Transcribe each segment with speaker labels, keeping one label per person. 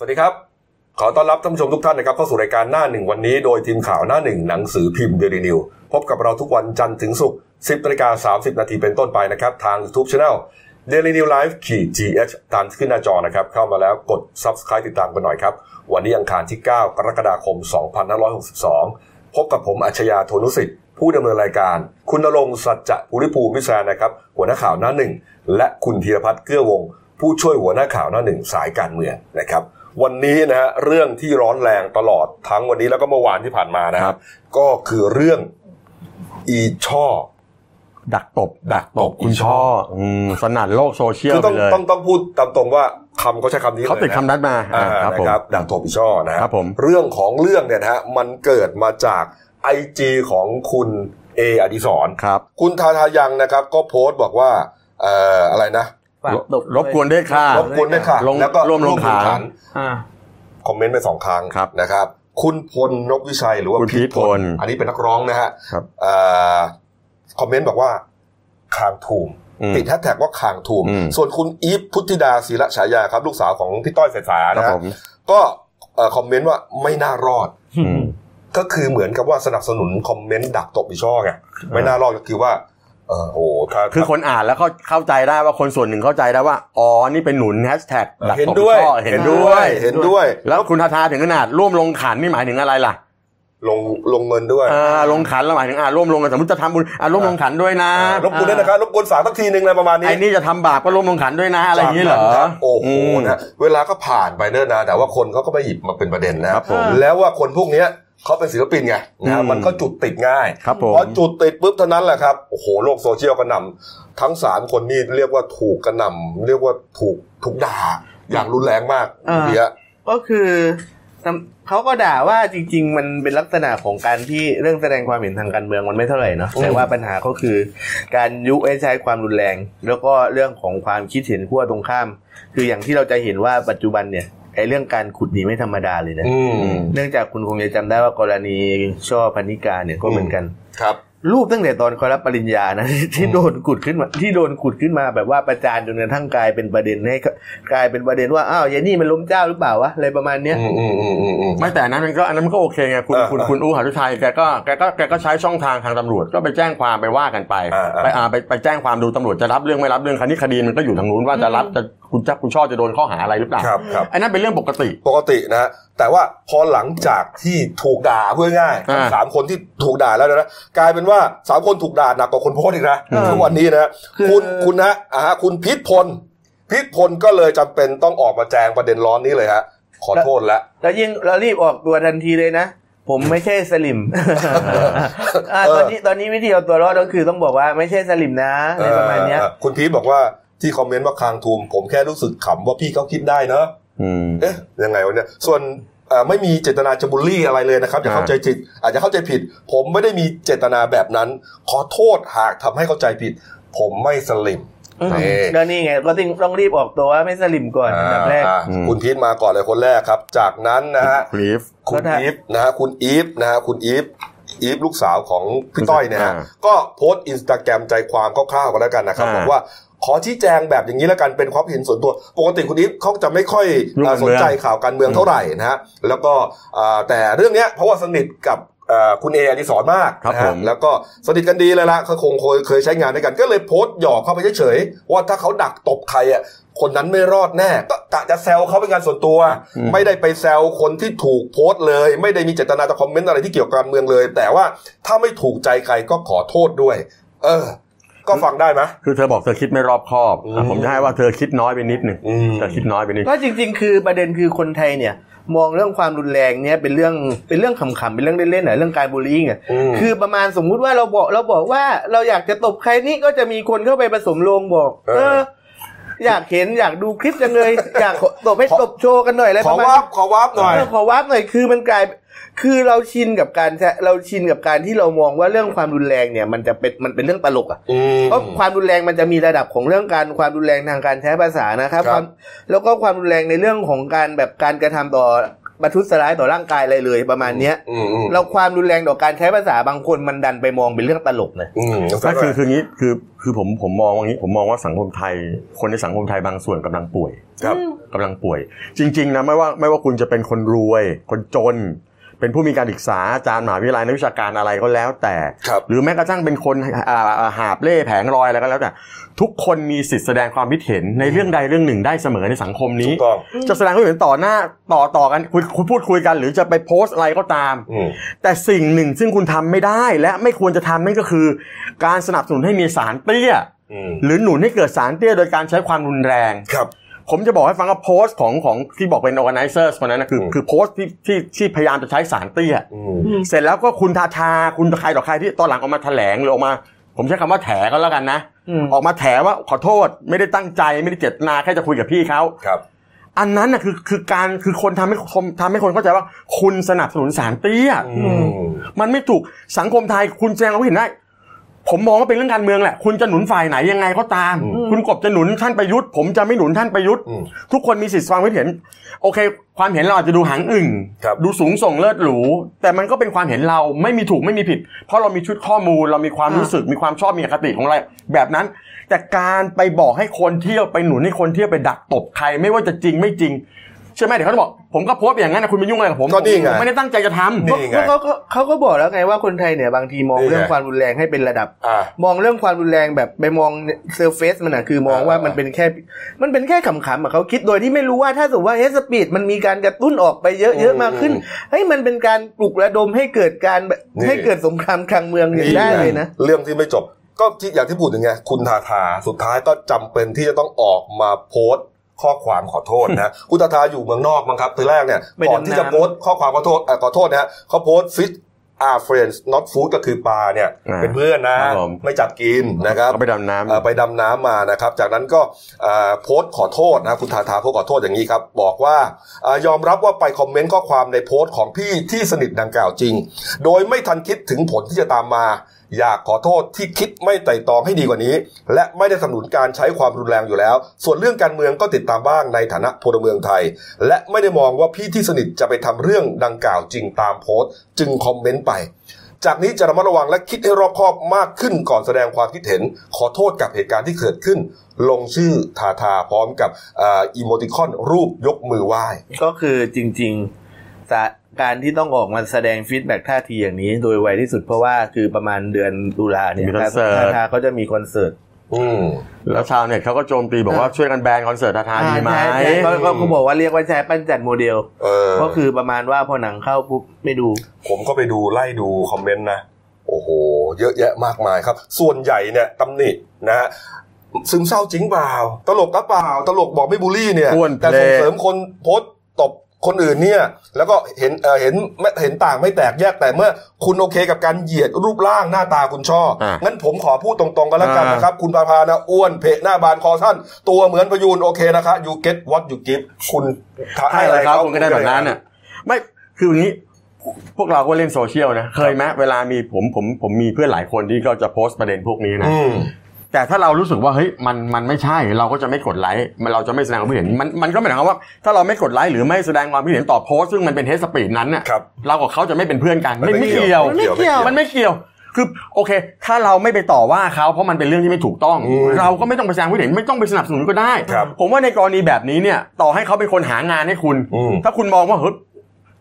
Speaker 1: สวัสดีครับ ขอต้อนรับท่านผู้ชมทุกท่านนะครับเข้าสู่รายการหน้าหนึ่งวันนี้โดยทีมข่าวหน้าหนึ่งหนังสือพิมพ์เดลินิวพบกับเราทุกวันจันทร์ถึงศุกร์10นาฬิกา30 นาทีเป็นต้นไปนะครับ ทาง YouTube Channel Daily New Life ขีด GH ตามที่ขึ้นหน้าจอนะครับ เข้ามาแล้วกด Subscribe ติดตามกันหน่อยครับ วันนี้อังคารที่ 9 กรกฎาคม 2562 พบกับผมอัจฉริยะโทนุสิทธิ์ผู้ดำเนินรายการ คุณณรงค์สัจจะภูริภูมิวิชานะครับ หัวหน้าข่าวหน้าหนึ่งและคุณธีรพัฒน์เกื้อวง ผู้ช่วยหัวหน้าข่าวหน้าหนึ่งสายการเมืองนะครับ วันนี้นะฮะเรื่องที่ร้อนแรงตลอดทั้งวันนี้แล้วก็เมื่อวานที่ผ่านมานะครับ ก็คือเรื่องอีช่อ
Speaker 2: ดักตบ
Speaker 1: ดักตบ
Speaker 2: คุณ
Speaker 1: อีช่
Speaker 2: ช่
Speaker 1: อ
Speaker 2: ออืมสนั่นโลกโซเชียล
Speaker 1: คือ
Speaker 2: ไป
Speaker 1: ต้อง
Speaker 2: เลย
Speaker 1: ต้องต้องพูดตามตรงว่าคำเขาใช้คำนี้
Speaker 2: เขาติด
Speaker 1: ลยะ
Speaker 2: คำนั้นมา
Speaker 1: อ่า
Speaker 2: อ่าครับ
Speaker 1: นะ
Speaker 2: ผม
Speaker 1: ครับดักตบอีช่อนะฮะ
Speaker 2: ครับผม
Speaker 1: เรื่องของเรื่องเนี่ยนะฮะมันเกิดมาจากไอจีของคุณเออดิศร
Speaker 2: ครับ
Speaker 1: คุณทาทายังนะครับ ก็โพสต์บอกว่าเอ่ออะไรนะ
Speaker 3: ฝากตบ
Speaker 2: รบกวนด้วยค่ะ
Speaker 1: รบกวนด้วยค่ะ
Speaker 2: ลง
Speaker 1: แล้วก็
Speaker 2: ร่วมลง
Speaker 1: แข่
Speaker 2: ขัน
Speaker 3: อ่า
Speaker 1: คอมเมนต์ไปสองครั้ง
Speaker 2: ครับ
Speaker 1: นะครับ คุณพลนกวิชัยหรือว่า
Speaker 2: คุณพีชพล
Speaker 1: อันนี้เป็นนักร้องนะฮะ
Speaker 2: ครับ
Speaker 1: เอ่อคอมเมนต์บอกว่าคางทูม
Speaker 2: อืม
Speaker 1: ติดแฮชแท็กว่าคางทูม
Speaker 2: อืม
Speaker 1: ส่วนคุณอีฟพุทธิดาศิระฉายาครับ ลูกสาวของพี่ต้อยเสษา
Speaker 2: ครับ
Speaker 1: นะฮะ
Speaker 2: ผม
Speaker 1: ก็เอ่อคอมเมนต์ว่าไม่น่ารอด
Speaker 2: อืม
Speaker 1: ก็คือเหมือนกับว่าสนับสนุนคอมเมนต์ดักตบอีช่อไงไม่น่ารอดก็คือว่าเออโอ้โหถ้า
Speaker 2: คือคนอ่านแล้วเข้าเข้าใจได้ว่าคนส่วนหนึ่งเข้าใจได้ว่า อ๋อ นี่เป็นหนุนแฮชแท็กดัก
Speaker 1: เห็น
Speaker 2: ตบ
Speaker 1: ด้วย
Speaker 2: ช่อเห็นด้วย
Speaker 1: เห็นด้วย
Speaker 2: แล้วคุณทาทาถึงขนาดร่วมลงขันนี่หมายถึงอะไรล่ะ
Speaker 1: ลงลงเงินด้วย
Speaker 2: อ่าลงขันแล้วหมายถึงอ่าร่วมลงกันสมมติจะทำบุญอ่าร่วมลงขันด้วยนะ
Speaker 1: อ่ารบกวนด้วยนะครับรบกวนสามสักทีหนึ่งอะไรประมาณนี้
Speaker 2: ไอ้นี่จะทำบาปก็ร่วมลงขันด้วยนะอะไรอย่างนี้เหรอ
Speaker 1: จกะโอ้โห
Speaker 2: ม
Speaker 1: นะเวลาก็ผ่านไปเนิ่นนานแต่ว่าคนเขาก็ไม่หยิบมาเป็นประเด็นนะครับ
Speaker 2: ผม
Speaker 1: แล้วว่าคนพวกเนี้ยเขาเป็นศิลปินไงนะฮะ
Speaker 2: อืม
Speaker 1: มันก็จุดติดง่าย
Speaker 2: ครับผม
Speaker 1: พอจุดติดปุ๊บเท่านั้นแหละครับโอ้โหโลกโซเชียลกระหน่ำทั้งสามคนนี่เรียกว่าถูกกระหน่ำเรียกว่าถูกถูกด่า อย่างรุนแรงมาก
Speaker 3: อ่า
Speaker 1: เดีย
Speaker 3: ก็คือเขาก็ด่าว่าจริง ๆ มันเป็นลักษณะของการที่เรื่องแสดงความเห็นทางการเมืองมันไม่เท่าไหร่เนาะ
Speaker 1: อืม
Speaker 3: แต่ว่าปัญหาก็คือ การยุให้ใช้ความรุนแรง แล้วก็เรื่องของความคิดเห็นขั้วตรงข้าม คืออย่างที่เราจะเห็นว่าปัจจุบันเนี่ยไอ้เรื่องการขุดหนีไม่ธรรมดาเลยนะ
Speaker 1: อืม
Speaker 3: เนื่องจากคุณคงจะจำได้ว่ากรณีช่อพันิกาเนี่ยก็เหมือนกัน
Speaker 1: ครับ
Speaker 3: รูปตั้งแต่ตอนเขารับปริญญานะ ที่โดนขุดขึ้นมาที่โดนขุดขึ้นมาแบบว่าประจานจนกระทั่งกลายเป็นประเด็นให้กลายเป็นประเด็นว่าอ้าวยายนี่มันล้มเจ้าหรือเปล่าวะอะไรประมาณเนี้ย
Speaker 1: อืมอืมอืมอืมอืม
Speaker 2: ไม่แต่อันนั้นมันก็อันนั้นมันก็โอเคไงคุณ
Speaker 1: เออ
Speaker 2: คุณ
Speaker 1: เออ
Speaker 2: คุณอู้หาทุชัยแกก็แกก็แกก็ใช้ช่องทางทางตำรวจก็ไปแจ้งความไปว่ากันไป
Speaker 1: เออเออ
Speaker 2: ไปอ่าไปไปแจ้งความดูตำรวจจะรับเรื่องไม่รับเรื่องคันนี้คดีมันก็อยู่ทางนู้นว่าจะรับจะคุณจักคุณช่อจะโดนข้อหาอะไรหรือเปล่า
Speaker 1: ครับครับ
Speaker 2: อันนั้นเป็นเรื่องปกติ
Speaker 1: ปกตินะฮะแต่ว่าพอหลังจากที่ถูกด่าเพื่อง่าย
Speaker 2: อ่า
Speaker 1: สามคนที่ถูกด่าแล้วนะกลายเป็นว่าสามคนถูกด่าหนักกว่าคนโพสต์อีกนะ
Speaker 2: อืม
Speaker 1: ทุกวันนี้นะ
Speaker 3: คือ
Speaker 1: คุณคุณนะอ่าฮะคุณพิษพลพิษพลก็เลยจำเป็นต้องออกมาแจงประเด็นร้อนนี้เลยฮะขอโทษแล้ว
Speaker 3: แล้วยิ่งเรารีบออกตัวทันทีเลยนะ ผมไม่ใช่สลิม อ่า
Speaker 1: เออ
Speaker 3: ตอนนี้ตอนนี้วิธีเอาตัวรอดก็คือต้องบอกว่าไม่ใช่สลิมนะอะไรประมาณเนี้ย
Speaker 1: เออคุณพีทบอกว่าที่คอมเมนต์ว่าคางทูม ผมแค่รู้สึกขำว่าพี่เขาคิดได้เนอะ
Speaker 2: อืม
Speaker 1: เอ๊ะยังไงวะเนี่ยส่วนเอ่อไม่มีเจตนาจะบูลลี่อะไรเลยนะครับอย่าเข้า
Speaker 2: อ่า
Speaker 1: ใจผิดอาจจะเข้าใจผิด ผมไม่ได้มีเจตนาแบบนั้น ขอโทษหากทำให้เข้าใจผิด ผมไม่สลิม
Speaker 3: อืม
Speaker 1: เอ๊ะ
Speaker 3: แล้วนี่ไงก็ต้องต้องรีบออกตัวว่าไม่สลิมก่อนอันดับแรก
Speaker 1: อ่า
Speaker 2: อืม
Speaker 1: คุณพีทมาก่อนเลยคนแรกครับ จากนั้นนะฮะ
Speaker 2: คลิฟ
Speaker 1: คุณ
Speaker 3: แล้วถ้า
Speaker 1: อีฟนะฮะคุณอีฟนะฮะคุณอีฟอีฟลูกสาวของพี่ต้อยเนี่ยฮะ
Speaker 2: อ่า
Speaker 1: ก็โพสต์อินสตาแกรมใจความคร่าวๆกันแล้วกันนะครับ
Speaker 2: อ่า
Speaker 1: บอกว่าขอชี้แจงแบบอย่างนี้แล้วกันเป็นความเห็นส่วนตัว ปกติคุณอีฟเขาจะไม่ค่อย
Speaker 2: ยุ่ง
Speaker 1: อ่า
Speaker 2: การ
Speaker 1: ส
Speaker 2: เมือง
Speaker 1: นใจข่าวการเมืองเท่าไหร่นะฮะแล้วก็อ่าแต่เรื่องเนี้ยเพราะว่าสนิทกับอ่าคุณเออดิสรมาก
Speaker 2: ครับ
Speaker 1: นะฮะ
Speaker 2: ผม
Speaker 1: แล้วก็สนิทกันดีเลยละเขาคงเคยเคยใช้งานด้วยกัน ก็เลยโพสต์หยอกเข้าไปเฉยๆว่าถ้าเขาดักตบใครอ่ะคนนั้นไม่รอดแน่ก็กะจะแซวเขาเป็นการส่วนตัว
Speaker 2: อืม
Speaker 1: ไม่ได้ไปแซวคนที่ถูกโพสต์เลย ไม่ได้มีเจตนาจะคอมเมนต์อะไรที่เกี่ยวกับการเมืองเลย แต่ว่าถ้าไม่ถูกใจใครก็ขอโทษด้วย เออ ก็ฟังได้ไหม
Speaker 2: คือเธอบอกเธอคิดไม่รอบคอบ
Speaker 1: อืม
Speaker 2: อ่ะผมจะให้ว่าเธอคิดน้อยไปนิดหนึ่ง
Speaker 1: อืม
Speaker 2: เธอคิดน้อยไปนิด
Speaker 3: ก็จริงๆ คือประเด็นคือคนไทยเนี่ย มองเรื่องความรุนแรงเนี่ยเป็นเรื่องเป็นเรื่องขำๆเป็นเรื่องเล่นๆหน่อยเรื่องการบูลลี่อ่ะ
Speaker 1: อืม
Speaker 3: คือประมาณสมมุติว่าเราบอกเราบอกว่าเราอยากจะตบใครนี่ก็จะมีคนเข้าไปผสมโลงบอก เออ อยากเห็นอยากดูคลิปจังเลย อยากตบให้ตบโชว์กันหน่อยอะไร
Speaker 1: ข
Speaker 3: ป
Speaker 1: อ
Speaker 3: ระมาณ
Speaker 1: วาบขอวาบหน่อย
Speaker 3: เออขอวาร์ปหน่อยคือมันกลายคือเราชินกับการแชร์เราชินกับการที่เรามองว่าเรื่องความรุนแรงเนี่ย มันจะเป็นมันเป็นเรื่องตลกอ่ะ
Speaker 1: อืม
Speaker 3: เพราะความรุนแรงมันจะมีระดับของเรื่องการความรุนแรงทางการใช้ภาษานะครับ
Speaker 1: ครับ
Speaker 3: ความแล้วก็ความรุนแรงในเรื่องของการแบบการกระทำต่อ ประทุษร้ายต่อร่างกายอะไรเลยประมาณเนี้ย
Speaker 1: อืมอืม
Speaker 3: เราความรุนแรงต่อการใช้ภาษาบางคนมันดันไปมองเป็นเรื่องตลกนะ
Speaker 1: อืม
Speaker 2: ก็คือคืองี้คือคือผมผมมองว่างี้ผมมองว่าสังคมไทย คนในสังคมไทยบางส่วนกำลังป่วย
Speaker 1: ครับ
Speaker 2: กำลังป่วย จริง ๆ นะไม่ว่าไม่ว่าคุณจะเป็นคนรวย คนจน เป็นผู้มีการศึกษาอาจารย์มหาวิทยาลัยนักวิชาการอะไรก็แล้วแต่
Speaker 1: ครับ
Speaker 2: หรือแม้กระทั่งเป็นคนอ่าอ่าหาบเล่แผงลอยอะไรก็แล้วแต่ทุกคนมีสิทธิแสดงความคิดเห็นในเรื่องใดเรื่องหนึ่งได้เสมอในสังคม
Speaker 1: ถู
Speaker 2: นี้
Speaker 1: กต้อง
Speaker 2: จะแสดงความเห็นต่อหน้าต่อต่อกันคุยคุยพูดคุยกัน หรือจะไปโพสต์อะไรก็ตาม
Speaker 1: อืม
Speaker 2: แต่สิ่งหนึ่งซึ่งคุณทำไม่ได้และไม่ควรจะทำนั่นก็คือ การสนับสนุนให้มีสารเตี้ย
Speaker 1: อืม
Speaker 2: หรือหนุนให้เกิดสารเตี้ยโดยการใช้ความรุนแรง
Speaker 1: ครับ
Speaker 2: ผมจะบอกให้ฟังว่าโพสต์ของของที่บอกเป็น organizers คนนั้นนะคือ
Speaker 1: อืม
Speaker 2: คือโพสต์ที่ที่ที่พยายามจะใช้สารเตี้ย
Speaker 1: อืม
Speaker 2: เสร็จแล้วก็คุณทาทาคุณใครต่อใครที่ตอนหลังออกมาแถลงหรือออกมา ผมใช้คำว่าแถก็แล้วกันนะ
Speaker 3: อืม
Speaker 2: ออกมาแถว่าขอโทษไม่ได้ตั้งใจไม่ได้เจตนาแค่จะคุยกับพี่เขา
Speaker 1: ครับ
Speaker 2: อันนั้นน่ะคือคือการคือคนทำให้คนทำให้คนเข้าใจว่าคุณสนับสนุนสารเตี้ย
Speaker 1: อืม
Speaker 2: มันไม่ถูกสังคมไทยคุณแสดงความเห็นได้ ผมมองว่าเป็นเรื่องการเมืองแหละ คุณจะหนุนฝ่ายไหนยังไงก็ตาม
Speaker 1: อืม
Speaker 2: คุณกบจะหนุนท่านประยุทธ์ผมจะไม่หนุนท่านประยุทธ์
Speaker 1: อืม
Speaker 2: ทุกคนมีสิทธิ์ความคิดเห็น โอเค ความเห็นเราอาจจะดูหางอึ่ง
Speaker 1: ครับ
Speaker 2: ดูสูงส่งเลิศหรูแต่มันก็เป็นความเห็นเราไม่มีถูกไม่มีผิด เพราะเรามีชุดข้อมูล เรามีความ
Speaker 3: อ่ารู้
Speaker 2: รู้สึกมีความชอบมีอคติของอะไรแบบนั้น แต่การไปบอกให้คนเที่ยวไปหนุนให้คนเที่ยวไปดักตบใครไม่ว่าจะจริงไม่จริงใช่ไหมเดี๋ยวเขาจะบอกผมก็โพสต์อย่างนั้นนะคุณไปยุ่งอะไรกับผม
Speaker 1: ก็นี่ไง
Speaker 2: ผมไม่ได้ตั้งใจจะทำ
Speaker 1: นี่ไง
Speaker 3: เขาก็เขาก็บอกแล้วไงว่าคนไทยเนี่ยบางทีมอง
Speaker 1: นี่ไง
Speaker 3: เรื่องความรุนแรงให้เป็นระดับ
Speaker 1: อ่า
Speaker 3: มองเรื่องความรุนแรงแบบไปมองเซอร์เฟซมันอะคือมองว่ามันเป็นแค่ มันเป็นแค่ขำๆอะเขาคิดโดยที่ไม่รู้ว่าถ้าสมมติว่าเฮสปีดมันมีการกระตุ้นออกไปเยอะๆมากขึ้น
Speaker 1: อืม
Speaker 3: เฮ้ยมันเป็นการปลุกระดมให้เกิดการแบบให้เกิดสงครามกลางเมืองอย่างได้เลยนะ
Speaker 1: เรื่องที่ไม่จบ ก็ที่อย่างที่พูดอย่างไงคุณทาทาสุดท้ายก็จำเป็นที่จะต้องออกมาโพสต์ข้อความขอโทษนะ คุณทาทาอยู่เมืองนอกมั้งครับทีแรกเนี่ย
Speaker 3: ไป
Speaker 1: ก่
Speaker 3: ดำน้ำ
Speaker 1: อนที่จะโพสต์ข้อความขอโทษเอ่อขอโทษนะฮะเขาโพสต์ฟิชอาเฟรนส์นอตฟู้ดก็คือปลาเนี่ย
Speaker 2: อ่า
Speaker 1: เป็นเพื่อนนะ
Speaker 2: ครับผม
Speaker 1: ไม่จับกินนะครับ
Speaker 2: เอาไปดำน้ำ
Speaker 1: เอ่อไปดำน้ำมานะครับ จากนั้นก็เอ่อโพสต์ขอโทษนะคุณทาทาโพสต์ขอโทษอย่างนี้ครับ บอกว่าเอ่อยอมรับว่าไปคอมเมนต์ข้อความในโพสต์ของพี่ที่สนิทดังกล่าวจริง โดยไม่ทันคิดถึงผลที่จะตามมา อยากขอโทษที่คิดไม่ไตร่ตรองให้ดีกว่านี้ และไม่ได้สนับสนุนการใช้ความรุนแรงอยู่แล้ว ส่วนเรื่องการเมืองก็ติดตามบ้างในฐานะพลเมืองไทย และไม่ได้มองว่าพี่ที่สนิทจะไปทำเรื่องดังกล่าวจริงตามโพสต์ จึงคอมเมนต์ไป จากนี้จะระมัดระวังและคิดให้รอบคอบมากขึ้นก่อนแสดงความคิดเห็น ขอโทษกับเหตุการณ์ที่เกิดขึ้น ลงชื่อทาทาพร้อมกับเอ่ออีโมติคอนรูปยกมือไหว้
Speaker 3: ก็คือจริงๆสะการที่ต้องออกมาแสดงฟีดแบ็กท่าทีอย่างนี้ โดยไวที่สุดเพราะว่าคือประมาณเดือนตุลาเนี่ย
Speaker 2: มีคอนเสิร์ต
Speaker 3: ทาทาเขาจะมีคอนเสิร์ต
Speaker 1: อืม
Speaker 2: แล้วชาวเน็ตเขาก็โจมตีบอกว่าช่วยกันแบนคอนเสิร์ตทาทาดีไหม
Speaker 3: ใช่ใช่เขาเขาบอกว่าเรียกว่าแชร์ปั้นจัดโมเดล
Speaker 1: เออ
Speaker 3: ก็คือประมาณว่าพอหนังเข้าปุ๊บไม่ดู
Speaker 1: ผมก็ไปดูไล่ดูคอมเมนต์นะ โอ้โห เยอะแยะมากมายครับ ส่วนใหญ่เนี่ยตำหนินะฮะซึมเศร้าจริงเปล่า ตลกก็เปล่า ตลกบอกไม่บูลลี่เนี่ย
Speaker 2: อ้วน
Speaker 1: แต่ส่ง
Speaker 2: เพลง
Speaker 1: เสริมคนโพสต์ตบคนอื่นเนี่ย แล้วก็เห็นเอ่อเห็นไม่เห็นต่างไม่แตกแยกแต่เมื่อ คุณโอเคกับการเหยียดรูปร่างหน้าตาคุณชอบ
Speaker 2: อ่ะ
Speaker 1: งั้นผมขอพูดตรงๆกันแล้วกัน
Speaker 2: อ่าน
Speaker 1: นะครับ คุณปาพานะอ้วนเพะหน้าบานคอท่าน ตัวเหมือนพยูนโอเคนะคะยูเก็ตวัดยูกิฟคุณ
Speaker 2: ใช่เลยครับคุณก็ได้แบบนั้นน่ะไม่คืออย่างนี้พวกเราก็เล่นโซเชียลนะเคยไหมเวลามีผมผมผมมีเพื่อนหลายคนที่ก็จะโพสต์ประเด็นพวกนี้นะ
Speaker 1: อืม
Speaker 2: แต่ถ้าเรารู้สึกว่าเฮ้ยมันมันไม่ใช่เราก็จะไม่กดไลค์มันเราจะไม่แสดงความคิดเห็นมันมันก็หมายความว่าถ้าเราไม่กดไลค์หรือไม่แสดงความคิดเห็นต่อโพสต์ซึ่งมันเป็นเทสสปีดนั้นน่ะ
Speaker 1: ครับ
Speaker 2: เรากับเขาจะไม่เป็นเพื่อนกันไม่ไม่เกี่ยว
Speaker 3: ไม่เกี่ยว
Speaker 2: มันไม่เกี่ยว คือโอเค ถ้าเราไม่ไปต่อว่าเขาเพราะมันเป็นเรื่องที่ไม่ถูกต้อง
Speaker 1: อืม
Speaker 2: เราก็ไม่ต้องไปแสดงความเห็นไม่ต้องไปสนับสนุนก็ได้
Speaker 1: ครับ
Speaker 2: ผมว่าในกรณีแบบนี้เนี่ย ต่อให้เขาเป็นคนหางานให้คุณ
Speaker 1: อืม
Speaker 2: ถ้าคุณมองว่าเฮ้ย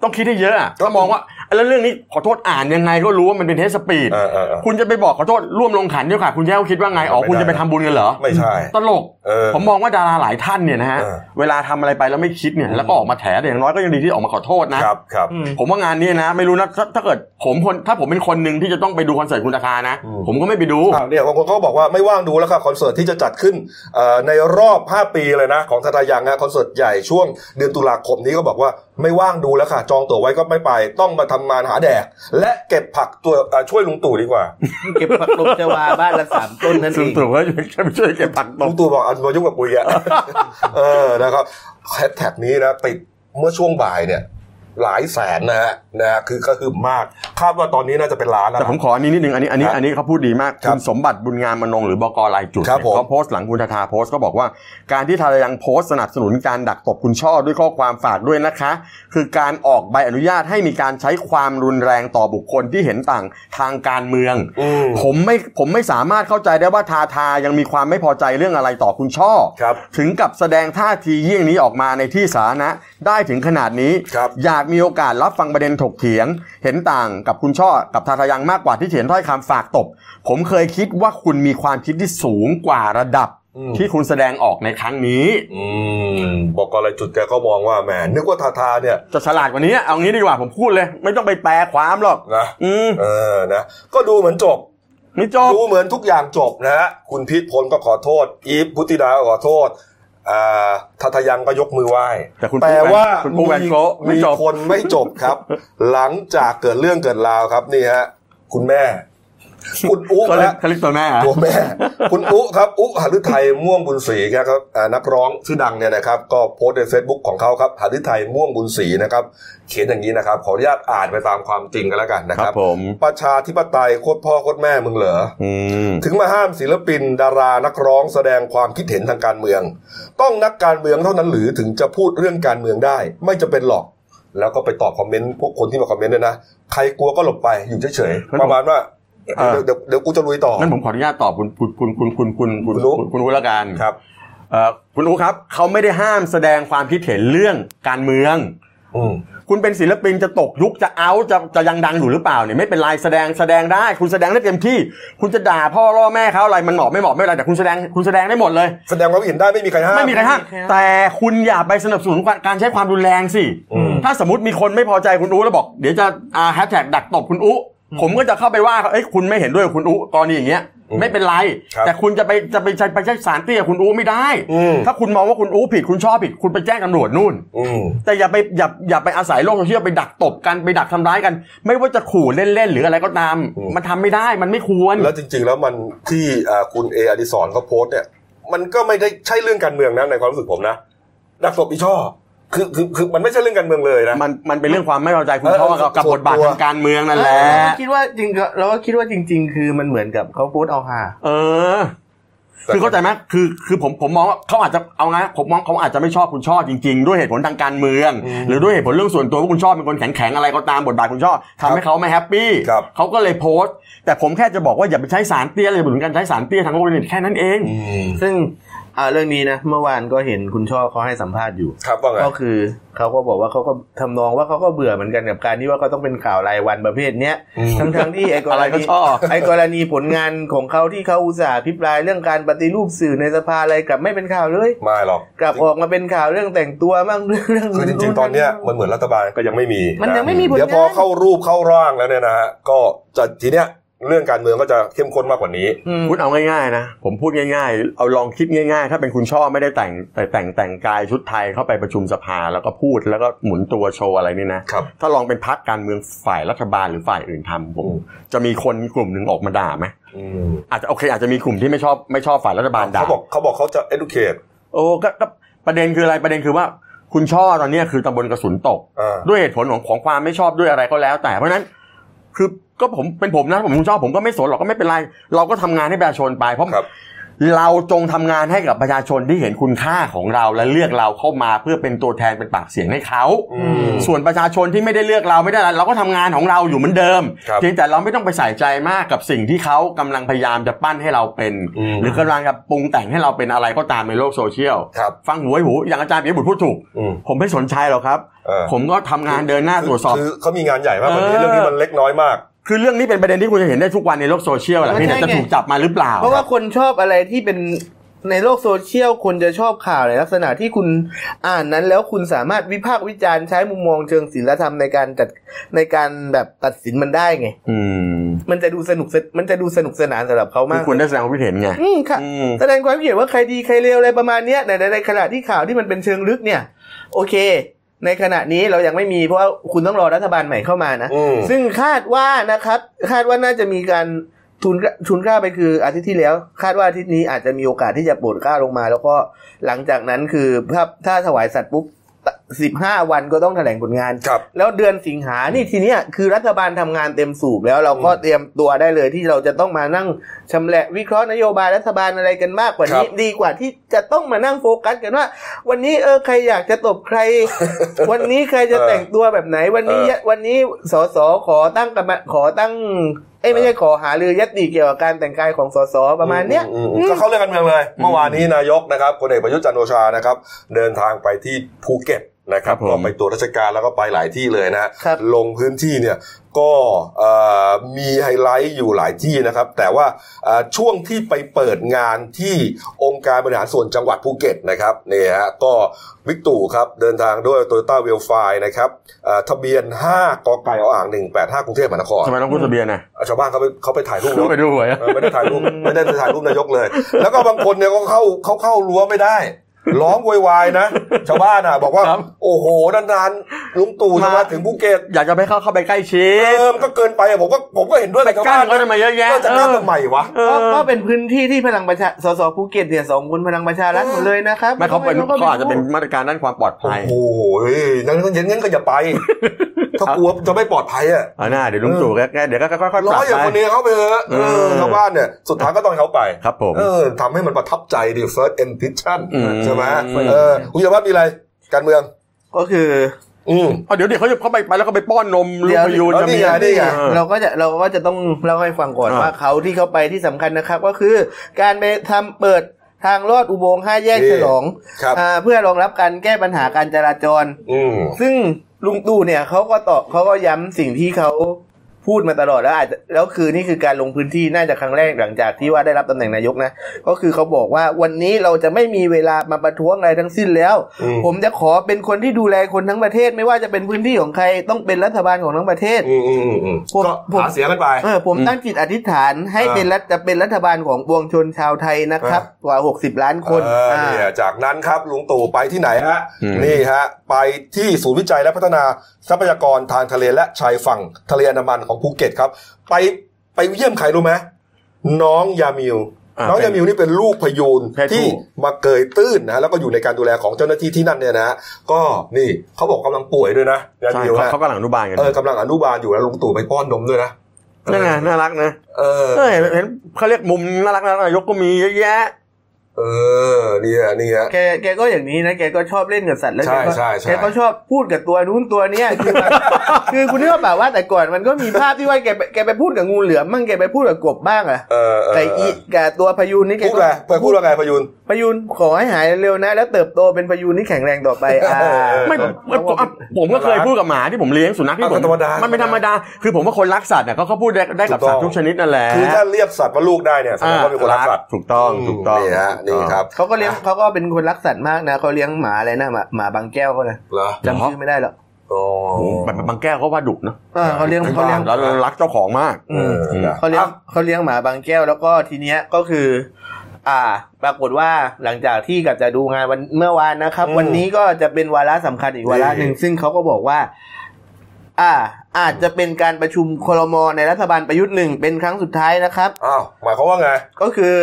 Speaker 2: ต้องคิดให้เยอะอะ
Speaker 1: ก็
Speaker 2: ก็มองว่าแล้วเรื่องนี้ขอโทษอ่านยังไงก็รู้ว่ามันเป็นเทสสปีด
Speaker 1: เออเออเออ
Speaker 2: คุณจะไปบอกขอโทษร่วมลงขันด้วยค่ะ คุณแย่คิดว่าไงอ๋อคุณจะไปทำบุญกันเหรอ
Speaker 1: ไม่ใช่
Speaker 2: ตลก
Speaker 1: เออ
Speaker 2: ผมมองว่าดาราหลายท่านเนี่ยนะฮะ
Speaker 1: เออ
Speaker 2: เวลาทำอะไรไปแล้วไม่คิดเนี่ยแล้วก็ออกมาแถแต่อย่างน้อยก็ยังดีที่ออกมาขอโทษนะ
Speaker 1: ครับครับ
Speaker 2: ผมว่างานนี้นะ ไม่รู้นะถ้าถ้าเกิดผมคนถ้าผมเป็นคนหนึ่งที่จะต้องไปดูคอนเสิร์ตคุณตาทานะ
Speaker 1: อืม
Speaker 2: ผมก็ไม่ไปดู
Speaker 1: อ้าวเนี่ยบางคนก็บอกว่าไม่ว่างดูแล้วค่ะคอนเสิร์ตที่จะจัดขึ้นเอ่อในรอบ 5 ปีเลยนะของทาทายังนะคอนเสิร์ตใหญ่ช่วงเดือนตุลาคมนี้ก็บอกว่าไม่ว่างดูแล้วค่ะ จองตั๋วไว้ก็ไม่ไป ต้องมาทำงานหาแดก และเก็บผักตัวเอ่อช่วยลุงตู่ดีกว่า
Speaker 3: เก็บผักลมชวาบ้านละสามต้นนั่นเอ
Speaker 2: ซึ่ง
Speaker 3: ง
Speaker 2: ตรู่ว่า จะไปช่วยเก็บผักต
Speaker 1: ลุ
Speaker 2: ก
Speaker 1: งตู่บอกเอามายุ่งกับ ปุยอะ เออนะครับแฮชแท็กนี้นะติดเมื่อช่วงบ่ายเนี่ย หลายแสนนะฮะนะฮะคือก็คือมากคาดว่าตอนนี้น่าจะเป็นล้านแล้ว
Speaker 2: แต่
Speaker 1: นะ
Speaker 2: ผมขออันนี้นิดนึงอันนี้อันนี้อันนี้เขาพูดดีมาก
Speaker 1: ครับ
Speaker 2: คุณสมบัติบุญงามมนงหรือบอกรายจุด
Speaker 1: ครับผม
Speaker 2: เขาโพสต์หลังคุณทาทาโพสต์ก็บอกว่า การที่ทารายังโพสต์สนับสนุนการดักตบคุณช่อด้วยข้อความฝากด้วยนะคะ คือการออกใบอนุญาตให้มีการใช้ความรุนแรงต่อบุคคลที่เห็นต่างทางการเมือง
Speaker 1: อืม
Speaker 2: ผมไม่ผมไม่สามารถเข้าใจได้ว่าทาทายังมีความไม่พอใจเรื่องอะไรต่อคุณช่อ
Speaker 1: ครับ
Speaker 2: ถึงกับแสดงท่าทีเยี่ยงนี้ออกมาในที่สาธารณะได้ถึงขนาดนี้
Speaker 1: ครับ
Speaker 2: อยากมีโอกาสรับฟังประเด็นถกเถียง เห็นต่างกับคุณช่อ กับทาทายังมากกว่าที่เขียนถ้อยคำฝากตบ ผมเคยคิดว่าคุณมีความคิดที่สูงกว่าระดับ
Speaker 1: อืม
Speaker 2: ที่คุณแสดงออกในครั้งนี้
Speaker 1: อืมบอกกรจุดแกก็มองว่าแหมนึกว่าทาทาเนี่ย
Speaker 2: จะฉลาดกว่านี้ เอางี้ดีกว่าผมพูดเลย ไม่ต้องไปแปลความหรอก
Speaker 1: นะ
Speaker 2: อืม
Speaker 1: เออนะก็ดูเหมือนจบ
Speaker 2: ไม่จบ
Speaker 1: ดูเหมือนทุกอย่างจบนะฮะคุณพีทพลก็ขอโทษ อีฟพุทธิดาก็ขอโทษอ่าทัทยังก็ยกมือไหว้
Speaker 2: แต่คุณ
Speaker 1: แปลว่า
Speaker 2: คุณปูแวนโกะไม่
Speaker 1: มี
Speaker 2: จบ
Speaker 1: คนไม่จบครับ หลังจากเกิดเรื่องเกิดราวครับนี่ฮะคุณแม่ คุณอุ๊
Speaker 2: เขาเรียก
Speaker 1: ฮะ
Speaker 2: เขาเรียกตัวแม่เหรอ
Speaker 1: ตัวแม่ คุณอุครับอุหฤทัยม่วงบุญศรีครับอ่านักร้องชื่อดังเนี่ยนะครับ ก็โพสต์ใน Facebook ของเขาครับหฤทัยม่วงบุญศรีนะครับ เขียนอย่างนี้นะครับ ขออนุญาตอ่านไปตามความจริงกันแล้วกันนะครับ
Speaker 2: ครับผม
Speaker 1: ประชาธิปไตยโคตรพ่อโคตรแม่มึงเหรอ
Speaker 2: อืม
Speaker 1: ถึงมาห้ามศิลปิน ดารานักร้องแสดงความคิดเห็นทางการเมือง ต้องนักการเมืองเท่านั้นหรือถึงจะพูดเรื่องการเมืองได้ ไม่จะเป็นหรอก แล้วก็ไปตอบคอมเมนต์พวกคนที่มาคอมเมนต์ด้วยนะใครกลัวก็หลบไปอยู่เฉยๆป
Speaker 2: งั้นผม
Speaker 1: ระมาณว่า
Speaker 2: อ่า
Speaker 1: เดี๋ยวเดี๋ยวเดี๋ยวกูจะลุยต่อ
Speaker 2: งั้นผมขออนุญาตตอบคุณคุณคุณคุณคุณคุณ
Speaker 1: คุณอุ๊
Speaker 2: คุณคุณรู้ละกัน
Speaker 1: ครับ
Speaker 2: เอ่อคุณอู๋ครับเขาไม่ได้ห้ามแสดงความคิดเห็นเรื่องการเมือง
Speaker 1: อืม
Speaker 2: คุณเป็นศิลปินจะตกยุคจะเอาจะจะยังดังอยู่หรือเปล่าเนี่ยไม่เป็นไรแสดงแสดงได้ คุณแสดงได้เต็มที่ คุณจะด่าพ่อล่อแม่เขาอะไรมันเหมาะไม่เหมาะไม่เป็นไรแต่คุณแสดงคุณแสดงได้หมดเลย
Speaker 1: แสดงความเห็นได้ไม่มีใครห้าม
Speaker 2: ไม่มีใครห้ามแต่คุณอย่าไปสนับสนุนการใช้ความรุนแรงสิ
Speaker 1: อืม
Speaker 2: ถ้าสมมติมีคนไม่พอใจคุณอู๋แล้วบอก เดี๋ยวจะอ่าแฮชแท็กดักตบคุณอู๋ผมก็จะเข้าไปว่าเขาเอ้ยคุณไม่เห็นด้วยกับคุณอู๋กรณีอย่างเงี้ย ไม่เป็นไร
Speaker 1: ครับ
Speaker 2: แต่คุณจะไปจะไปใช้ไปใช้สารเตี้ยกับคุณอู๋ไม่ได้
Speaker 1: อืม
Speaker 2: ถ้าคุณมองว่าคุณอู๋ผิดคุณชอบผิดคุณไปแจ้งตำรวจนู่น
Speaker 1: อืม
Speaker 2: แต่อย่าไปอย่าอย่าไปอาศัยโลกโซเชียลไปดักตบกันไปดักทำร้ายกัน ไม่ว่าจะขู่เล่นๆหรืออะไรก็ตาม
Speaker 1: อืม
Speaker 2: มันทำไม่ได้มันไม่ควร
Speaker 1: แล้วจริง ๆ แล้วมันที่อ่าคุณเออดิสรเขาโพสต์เนี่ย มันก็ไม่ได้ใช่เรื่องการเมืองนะในความรู้สึกผมนะดักศพอีช่อคือคือคือมันไม่ใช่เรื่องการเมืองเลยนะ
Speaker 2: มันมันเป็นเรื่องความไม่พอใจคุณ
Speaker 1: เออ
Speaker 2: พ่อกับกับ
Speaker 1: ส่
Speaker 2: บ
Speaker 1: วน
Speaker 2: ทบาท
Speaker 1: ตัว
Speaker 2: ทางการเมืองนั่นแหละ
Speaker 3: เราก็คิดว่าจริงๆเราก็คิดว่าจริง ๆ คือมันเหมือนกับเขาโพสต์เอาฮา
Speaker 2: เออ คือเข้าใจไหมคือ คือผมผมมองว่าเขาอาจจะเอาไงผมมองเขาอาจจะไม่ชอบคุณชอบจริง ๆ ด้วยเหตุผลทางการเมือง หรือด้วยเหตุผลเรื่องส่วนตัวว่าคุณชอบเป็นคนแข็งแข็งๆอะไรก็ตามบทบาทคุณชอบทำให้เขาไม่แฮปปี้
Speaker 1: ครับ
Speaker 2: เขาก็เลยโพสต์ แต่ผมแค่จะบอกว่าอย่าไปใช้สารเตี้ยเลยเหมือนกันใช้สารเตี้ยทางโลกนี่แค่นั้นเอง
Speaker 3: ซึ่งอ่าเรื่องนี้นะ เมื่อวานก็เห็นคุณช่อเขาให้สัมภาษณ์อยู่
Speaker 1: ครับว่าไง
Speaker 3: ก็คือเขาก็บอกว่าเขาก็ทำนองว่าเขาก็เบื่อเหมือนกันกับการที่ว่าเขาต้องเป็นข่าวรายวันประเภทเนี้ย
Speaker 1: อืม
Speaker 3: ทั้งทั้งๆที่ไอ้ก
Speaker 2: อะ
Speaker 3: ร
Speaker 2: ไรก็
Speaker 3: ณี
Speaker 2: ชอบ
Speaker 3: ไอ้กรณีผลงานของเขาที่เขาอุตส่าห์พิปรายเรื่องการปฏิรูปสื่อในสภาอะไรกลับไม่เป็นข่าวเลย
Speaker 1: ไม่หรอก
Speaker 3: กลับออกมาเป็นข่าวเรื่องแต่งตัวบ้างเรื่องเรื่อง
Speaker 1: คือจริง ๆ ตอนเนี้ยมันเหมือนรัฐบาลก็ยังไม่มี
Speaker 3: มันยังไม่มีผลงาน
Speaker 1: เดี๋ยวพอเข้ารูปเข้าร่างแล้วเนี่ยนะฮะก็จะทีเนี้ยเรื่องการเมืองก็จะเข้มข้นมากกว่านี้
Speaker 3: อืม
Speaker 2: คุณเอาง่ายๆนะ ผมพูดง่ายๆ เอาลองคิดง่ายๆ ถ้าเป็นคุณช่อไม่ได้แต่งแต่แต่งแต่งกายชุดไทยเข้าไปประชุมสภาแล้วก็พูดแล้วก็หมุนตัวโชว์อะไรนี่นะ
Speaker 1: ครับ
Speaker 2: ถ้าลองเป็นพักการเมืองฝ่ายรัฐบาลหรือฝ่ายอื่นทำผม
Speaker 1: อืม
Speaker 2: จะมีคนกลุ่มหนึ่งออกมาด่าไหม
Speaker 1: อืม
Speaker 2: อาจจะโอเค อาจจะมีกลุ่มที่ไม่ชอบไม่ชอบฝ่ายรัฐบาลด่า
Speaker 1: เขาบอกเขาบอกเขาจะ educate
Speaker 2: โอ้ก็ก็ประเด็นคืออะไรประเด็นคือว่า คุณช่อตอนเนี้ยคือตำบลกระสุนตก
Speaker 1: อ่า
Speaker 2: ด้วยเหตุผลของของความไม่ชอบด้วยอะไรก็แล้ว แต่เพราะฉะนั้น คือก็ผมเป็นผมนะผมคุณชอบผมก็ไม่สนหรอกก็ไม่เป็นไร เราก็ทำงานให้ประชาชนไปเพราะ
Speaker 1: ครับ
Speaker 2: เราจงทำงานให้กับประชาชนที่เห็นคุณค่าของเราและเลือกเราเข้ามาเพื่อเป็นตัวแทนเป็นปากเสียงให้เขา
Speaker 1: อืม
Speaker 2: ส่วนประชาชนที่ไม่ได้เลือกเราไม่ได้อะไรเราก็ทำงานของเราอยู่เหมือนเดิม
Speaker 1: ครับ
Speaker 2: เพียงแต่เราไม่ต้องไปใส่ใจมากกับสิ่งที่เขากำลังพยายามจะปั้นให้เราเป็น
Speaker 1: อืม
Speaker 2: หรือกำลังจะปรุงแต่งให้เราเป็นอะไรก็ตามในโลกโซเชียล
Speaker 1: ครับ
Speaker 2: ฟังหูไว้หูอย่างอาจารย์ปิยบุตรพูดถูก
Speaker 1: อืม
Speaker 2: ผมไม่สนใจหรอกครับ
Speaker 1: เออ
Speaker 2: ผมก็ทำงานเดินหน้าตรวจสอบ
Speaker 1: คือเขามีงานใหญ่มากกว่านี้
Speaker 2: เออ
Speaker 1: เรื่องนี้มันเล็กน้อยมาก
Speaker 2: คือเรื่องนี้เป็นประเด็นที่คุณจะเห็นได้ทุกวันในโลกโซเชียลแหละ
Speaker 3: ไม่
Speaker 2: นี่
Speaker 3: ใช่
Speaker 2: แต่จะ
Speaker 3: ไง
Speaker 2: ถูกจับมาหรือเปล่า
Speaker 3: เพราะว่าคนชอบอะไรที่เป็นในโลกโซเชียลคนจะชอบข่าวในลักษณะที่คุณอ่านนั้นแล้วคุณสามารถวิพากษ์วิจารณ์ใช้มุมมองเชิงศิลธรรมในการจัดในการแบบตัดสินมันได้ไง
Speaker 2: อืม
Speaker 3: มันจะดูสนุกสนมันจะดูสนุกสนานสำหรับเขา
Speaker 2: คื
Speaker 3: มา
Speaker 2: อก คุณได้แสดงความคิดเห็นไง
Speaker 3: อืมค่ะ
Speaker 2: อืม
Speaker 3: แสดงความเห็นว่าใครดีใครเลวอะไรประมาณเนี้ยในในในขณะที่ข่าวที่มันเป็นเชิงลึกเนี่ย โอเค ในขณะนี้เรายังไม่มีเพราะว่าคุณต้องรอรัฐบาลใหม่เข้ามานะ
Speaker 1: อืม
Speaker 3: ซึ่งคาดว่านะครับ คาดว่าน่าจะมีการทุนทุนกล้าไปคืออาทิตย์ที่แล้ว คาดว่าอาทิตย์นี้อาจจะมีโอกาสที่จะโปรดกล้าลงมา แล้วก็หลังจากนั้นคือถ้าถ้าถวายสัตว์ปุ๊บต 15 วันก็ต้องแถลงผลงาน
Speaker 1: ครับ
Speaker 3: แล้วเดือนสิงหานี่ทีเนี้ยคือรัฐบาลทำงานเต็มสูบแล้วเราก็เตรียมตัวได้เลยที่เราจะต้องมานั่งชำแหละวิเคราะห์นโยบายรัฐบาลอะไรกันมากกว่านี้
Speaker 1: ครับ
Speaker 3: ดีกว่าที่จะต้องมานั่งโฟกัสกันว่า วันนี้เออใครอยากจะตบใคร วันนี้ใครจะแต่งตัวแบบไหน วันนี้ยะวันนี้สสขอตั้งกรรมขอตั้งเอ้ยไม่ใช่ขอหารือยัตติเกี่ยวกับการแต่งกายของสสประมาณเนี้ย
Speaker 1: อืมอืมก็เข้าเรื่องการเมืองเลย เมื่อวานนี้นายกนะครับพลเอกประยุทธ์จันทร์โอชานะครับ เดินทางไปที่ภูเก็ตนะครับ
Speaker 2: ครับผม
Speaker 1: ก็ไปตรวจราชการแล้วก็ไปหลายที่เลยนะฮะ
Speaker 3: ครับ
Speaker 1: ลงพื้นที่เนี่ยก็เอ่อมีไฮไลท์อยู่หลายที่นะครับ แต่ว่าเอ่อช่วงที่ไปเปิดงานที่องค์การบริหารส่วนจังหวัดภูเก็ตนะครับนี่ฮะก็วิกตู่ครับเดินทางด้วยโตโยต้าเวลไฟนะครับเอ่อทะเบียน 5กอไก่ออ่าง 185 กรุงเทพมหานคร
Speaker 2: ทำไมต้องพูดทะเบียนนะ
Speaker 1: เอาชาวบ้านเขาไปเขาไปถ่ายรูป
Speaker 2: รู้ไปดูหวยอะ
Speaker 1: เออไม่ได้ถ่ายรูปไม่ได้ถ่ายรูปนายกเลย แล้วก็บางคนเนี่ยก็เข้าเขาเข้ารั้วไม่ได้ ร้องโวยวายนะ ชาวบ้านอ่ะบอกว่า โอ้โหนานๆลุงตู่จะมาถึงภูเก็ต
Speaker 2: อยากจะไปเข้าเข้าไปใกล้ชิ
Speaker 1: เอ
Speaker 2: ด
Speaker 1: อมันก็เกินไปอะผมก็ผมก็เห็นด้วย
Speaker 2: ไป
Speaker 1: กับชาว
Speaker 2: กล้า
Speaker 1: บ้าน
Speaker 2: เขาทำไมเยอะ
Speaker 1: เอ
Speaker 2: แยะ
Speaker 1: อจะกล้าทำไมวะ
Speaker 2: เออ
Speaker 3: ก็ก็เป็นพื้นที่ที่พลังประชาสสภูเก็ตเนี่ยสองคนพลังประชารัฐหมดเลยนะครับ
Speaker 2: ไม่เขาเป็น
Speaker 3: ก็
Speaker 2: เขาอาจจะเป็นมาตรการด้านความปลอดภั
Speaker 1: โอ้
Speaker 2: ย
Speaker 1: โหนั่นก็เย็นงั้นก็ อย่าไป ถ้ากลัวจะไม่ปลอดภัยอ่ะ
Speaker 2: เอ่าหน้าเดี๋ยวลุงตู่แกแกเดี๋ยวก็ค่อยๆป
Speaker 1: ร้
Speaker 2: รั
Speaker 1: อบยอย่าง
Speaker 2: ไป
Speaker 1: คนนี้เขาไปเถอะเออ
Speaker 2: เออ
Speaker 1: ชาวบ้านเนี่ยสุดท้ายก็ต้องให้เขาไป
Speaker 2: ครับผม
Speaker 1: เออทำให้มันประทับใจดิ first impression
Speaker 2: อืม
Speaker 1: ใช่ไหมเออคุณจะว่ามีอะไร การเมือง
Speaker 3: ก็คือ
Speaker 1: อืม
Speaker 2: เอาเดี๋ยวเดี๋ยวเขาจะเขาไปไปแล้วก็ไปป้อนนมลูก
Speaker 3: เดี๋ยว
Speaker 2: พยูน
Speaker 1: เดี๋ยว
Speaker 2: จะมี
Speaker 1: นี่ไงนี่ไง
Speaker 2: เออ
Speaker 3: เราก็จะเราก็จะต้องเล่าให้ฟังก่อน
Speaker 2: อ่า
Speaker 3: ว่าเขาที่เขาไปที่สำคัญนะครับก็คือการไปทำเปิดทางลอดอุโมงค์ห้าแยก
Speaker 1: นี่
Speaker 3: ฉลอง
Speaker 1: ครับ
Speaker 3: อ่าเพื่อรองรับการแก้ปัญหาการจราจร
Speaker 1: อืม
Speaker 3: ซึ่งลุงตู่เนี่ยเขาก็ตอบเขาก็ย้ำสิ่งที่เขาพูดมาตลอดแล้วอาจจะแล้วคือนี่คือการลงพื้นที่น่าจะครั้งแรกหลังจากที่ว่าได้รับตำแหน่งนายกนะ ก็คือเขาบอกว่าวันนี้เราจะไม่มีเวลามาประท้วงอะไรทั้งสิ้นแล้ว
Speaker 1: อืม
Speaker 3: ผมจะขอเป็นคนที่ดูแลคนทั้งประเทศ ไม่ว่าจะเป็นพื้นที่ของใครต้องเป็นรัฐบาลของทั้งประเทศ
Speaker 1: อืมอืมอืมอืม
Speaker 3: ผม
Speaker 1: ก็
Speaker 3: ผม
Speaker 1: หาเสียงกันไป
Speaker 3: เออผม
Speaker 2: อืม
Speaker 3: ตั้งจิตอธิษฐานให้
Speaker 1: อ่า
Speaker 3: เป็นรัฐจะเป็นรัฐบาลของปวงชนชาวไทยนะครับ
Speaker 1: อ่าก
Speaker 3: ว่า 60 ล้านคน
Speaker 1: เออเนี่
Speaker 3: อ่าย
Speaker 1: จากนั้นครับลุงตู่ไปที่ไหนฮะ
Speaker 2: อืม
Speaker 1: นี่ฮะไปที่ศูนย์วิจัยและพัฒนาทรัพยากรทางทะเลและชายฝั่งทะเลอันดามันของภูเก็ตครับ ไปไปเยี่ยมใครรู้ไหมน้องยามิว
Speaker 2: อ่า
Speaker 1: น้องยามิวนี่เป็นลูกพยูน
Speaker 2: เพศผู้
Speaker 1: ที่มาเกยตื้นนะฮะแล้วก็อยู่ในการดูแลของเจ้าหน้าที่ที่นั่นเนี่ยนะฮะก็นี่เขาบอกกำลังป่วยด้วยนะยา
Speaker 2: ใช่
Speaker 1: มิว
Speaker 2: เขา
Speaker 1: ฮะ
Speaker 2: เขากำลังอนุบาลกัน
Speaker 1: เออกำลังอนุบาลอยู่แล้วลุงตู่ไปป้อนนมด้วยนะ
Speaker 2: นั่นไงน่ารักนะ
Speaker 1: เออ
Speaker 2: เออเห็นเห็นเขาเรียกมุมน่ารักน่ารักนายกก็มีเยอะแยะ
Speaker 1: เออเนี่ยเนี่ย
Speaker 3: แกแกก็อย่างนี้นะ แกก็ชอบเล่นกับสัตว์แล้ว
Speaker 1: ใช่
Speaker 3: แกก็
Speaker 1: ใช่ใช่
Speaker 3: แกก็ชอบพูดกับตัวนู้นตัวเนี้ ยคือมัน คือคุณนึกว่าเปล่าว่าแต่ก่อนมันก็มีภาพที่ว่าแกไปแกไปพูดกับงูเหลือมบ้างแกไปพูดกับกบบ้างอะ
Speaker 1: เออเออ
Speaker 3: แต่อีกับตัวพยูนนี่แก
Speaker 1: พูด
Speaker 3: ก็
Speaker 1: อะไรไปพูดว่าไงพยูน
Speaker 3: พยูนขอให้หายเร็วๆนะ แล้วเติบโตเป็นพยูนที่แข็งแรงต่อไป อ่า
Speaker 2: ไม่
Speaker 1: เออ
Speaker 2: ไม่ผมอ่ะผมก็เคยพูดกับหมาที่ผมเลี้ยงสุนัขที่ผม
Speaker 1: ธรรมดามั
Speaker 2: นไม่ธรรมดา คือผมว่าคนรักสัตว์เนี่ยเขาเขาพูดได้ได้กับสัตว์ทุกชนิดนั่นแหละ
Speaker 1: คือถ้าเรียกสัตว์ว่าลูกได้เนี่ยแสดงว่าเป็นคนรักสัตว์
Speaker 2: ถูกต้องถูกต้อง
Speaker 1: นี่ฮะ
Speaker 2: ถู
Speaker 1: นี่
Speaker 2: กต้อง
Speaker 1: ครับ
Speaker 3: เขาก็เลี้ยงเขาก็เป็นคนรักสัตว์มากนะเขาเลี้ยงหมาอะไรนะหมาหมาบางแก้วเขานะ
Speaker 1: เหรอ
Speaker 2: เหรอ
Speaker 3: จำชื่อไม่ได้หรอก
Speaker 1: โอ้
Speaker 2: แบบบางแก้วเขาว่าดุนะ
Speaker 3: เออเขาเลี้ยงเขาเลี้ยง
Speaker 2: แล้วเรารักเจ้าของมาก
Speaker 1: เออ
Speaker 2: อืม
Speaker 1: นะ
Speaker 3: เขาเลี้ยง
Speaker 1: อ่ะ
Speaker 3: เขาเลี้ยงหมาบางแก้วแล้วก็ทีเนี้ยก็คือ อ่า ปรากฏว่าหลังจากที่กับจะดูงานวันเมื่อวานนะครับ
Speaker 1: อืม
Speaker 3: วันนี้ก็จะเป็นวาระสำคัญอีกวาระหนึ่ง
Speaker 1: นี่
Speaker 3: ซึ่งเขาก็บอกว่า อ่า อาจจะเป็นการประชุมคลมในรัฐบาลประยุทธ์หนึ่งเป็นครั้งสุดท้ายนะครับ
Speaker 1: อ้าวหมายความว่าไง
Speaker 3: ก็คือ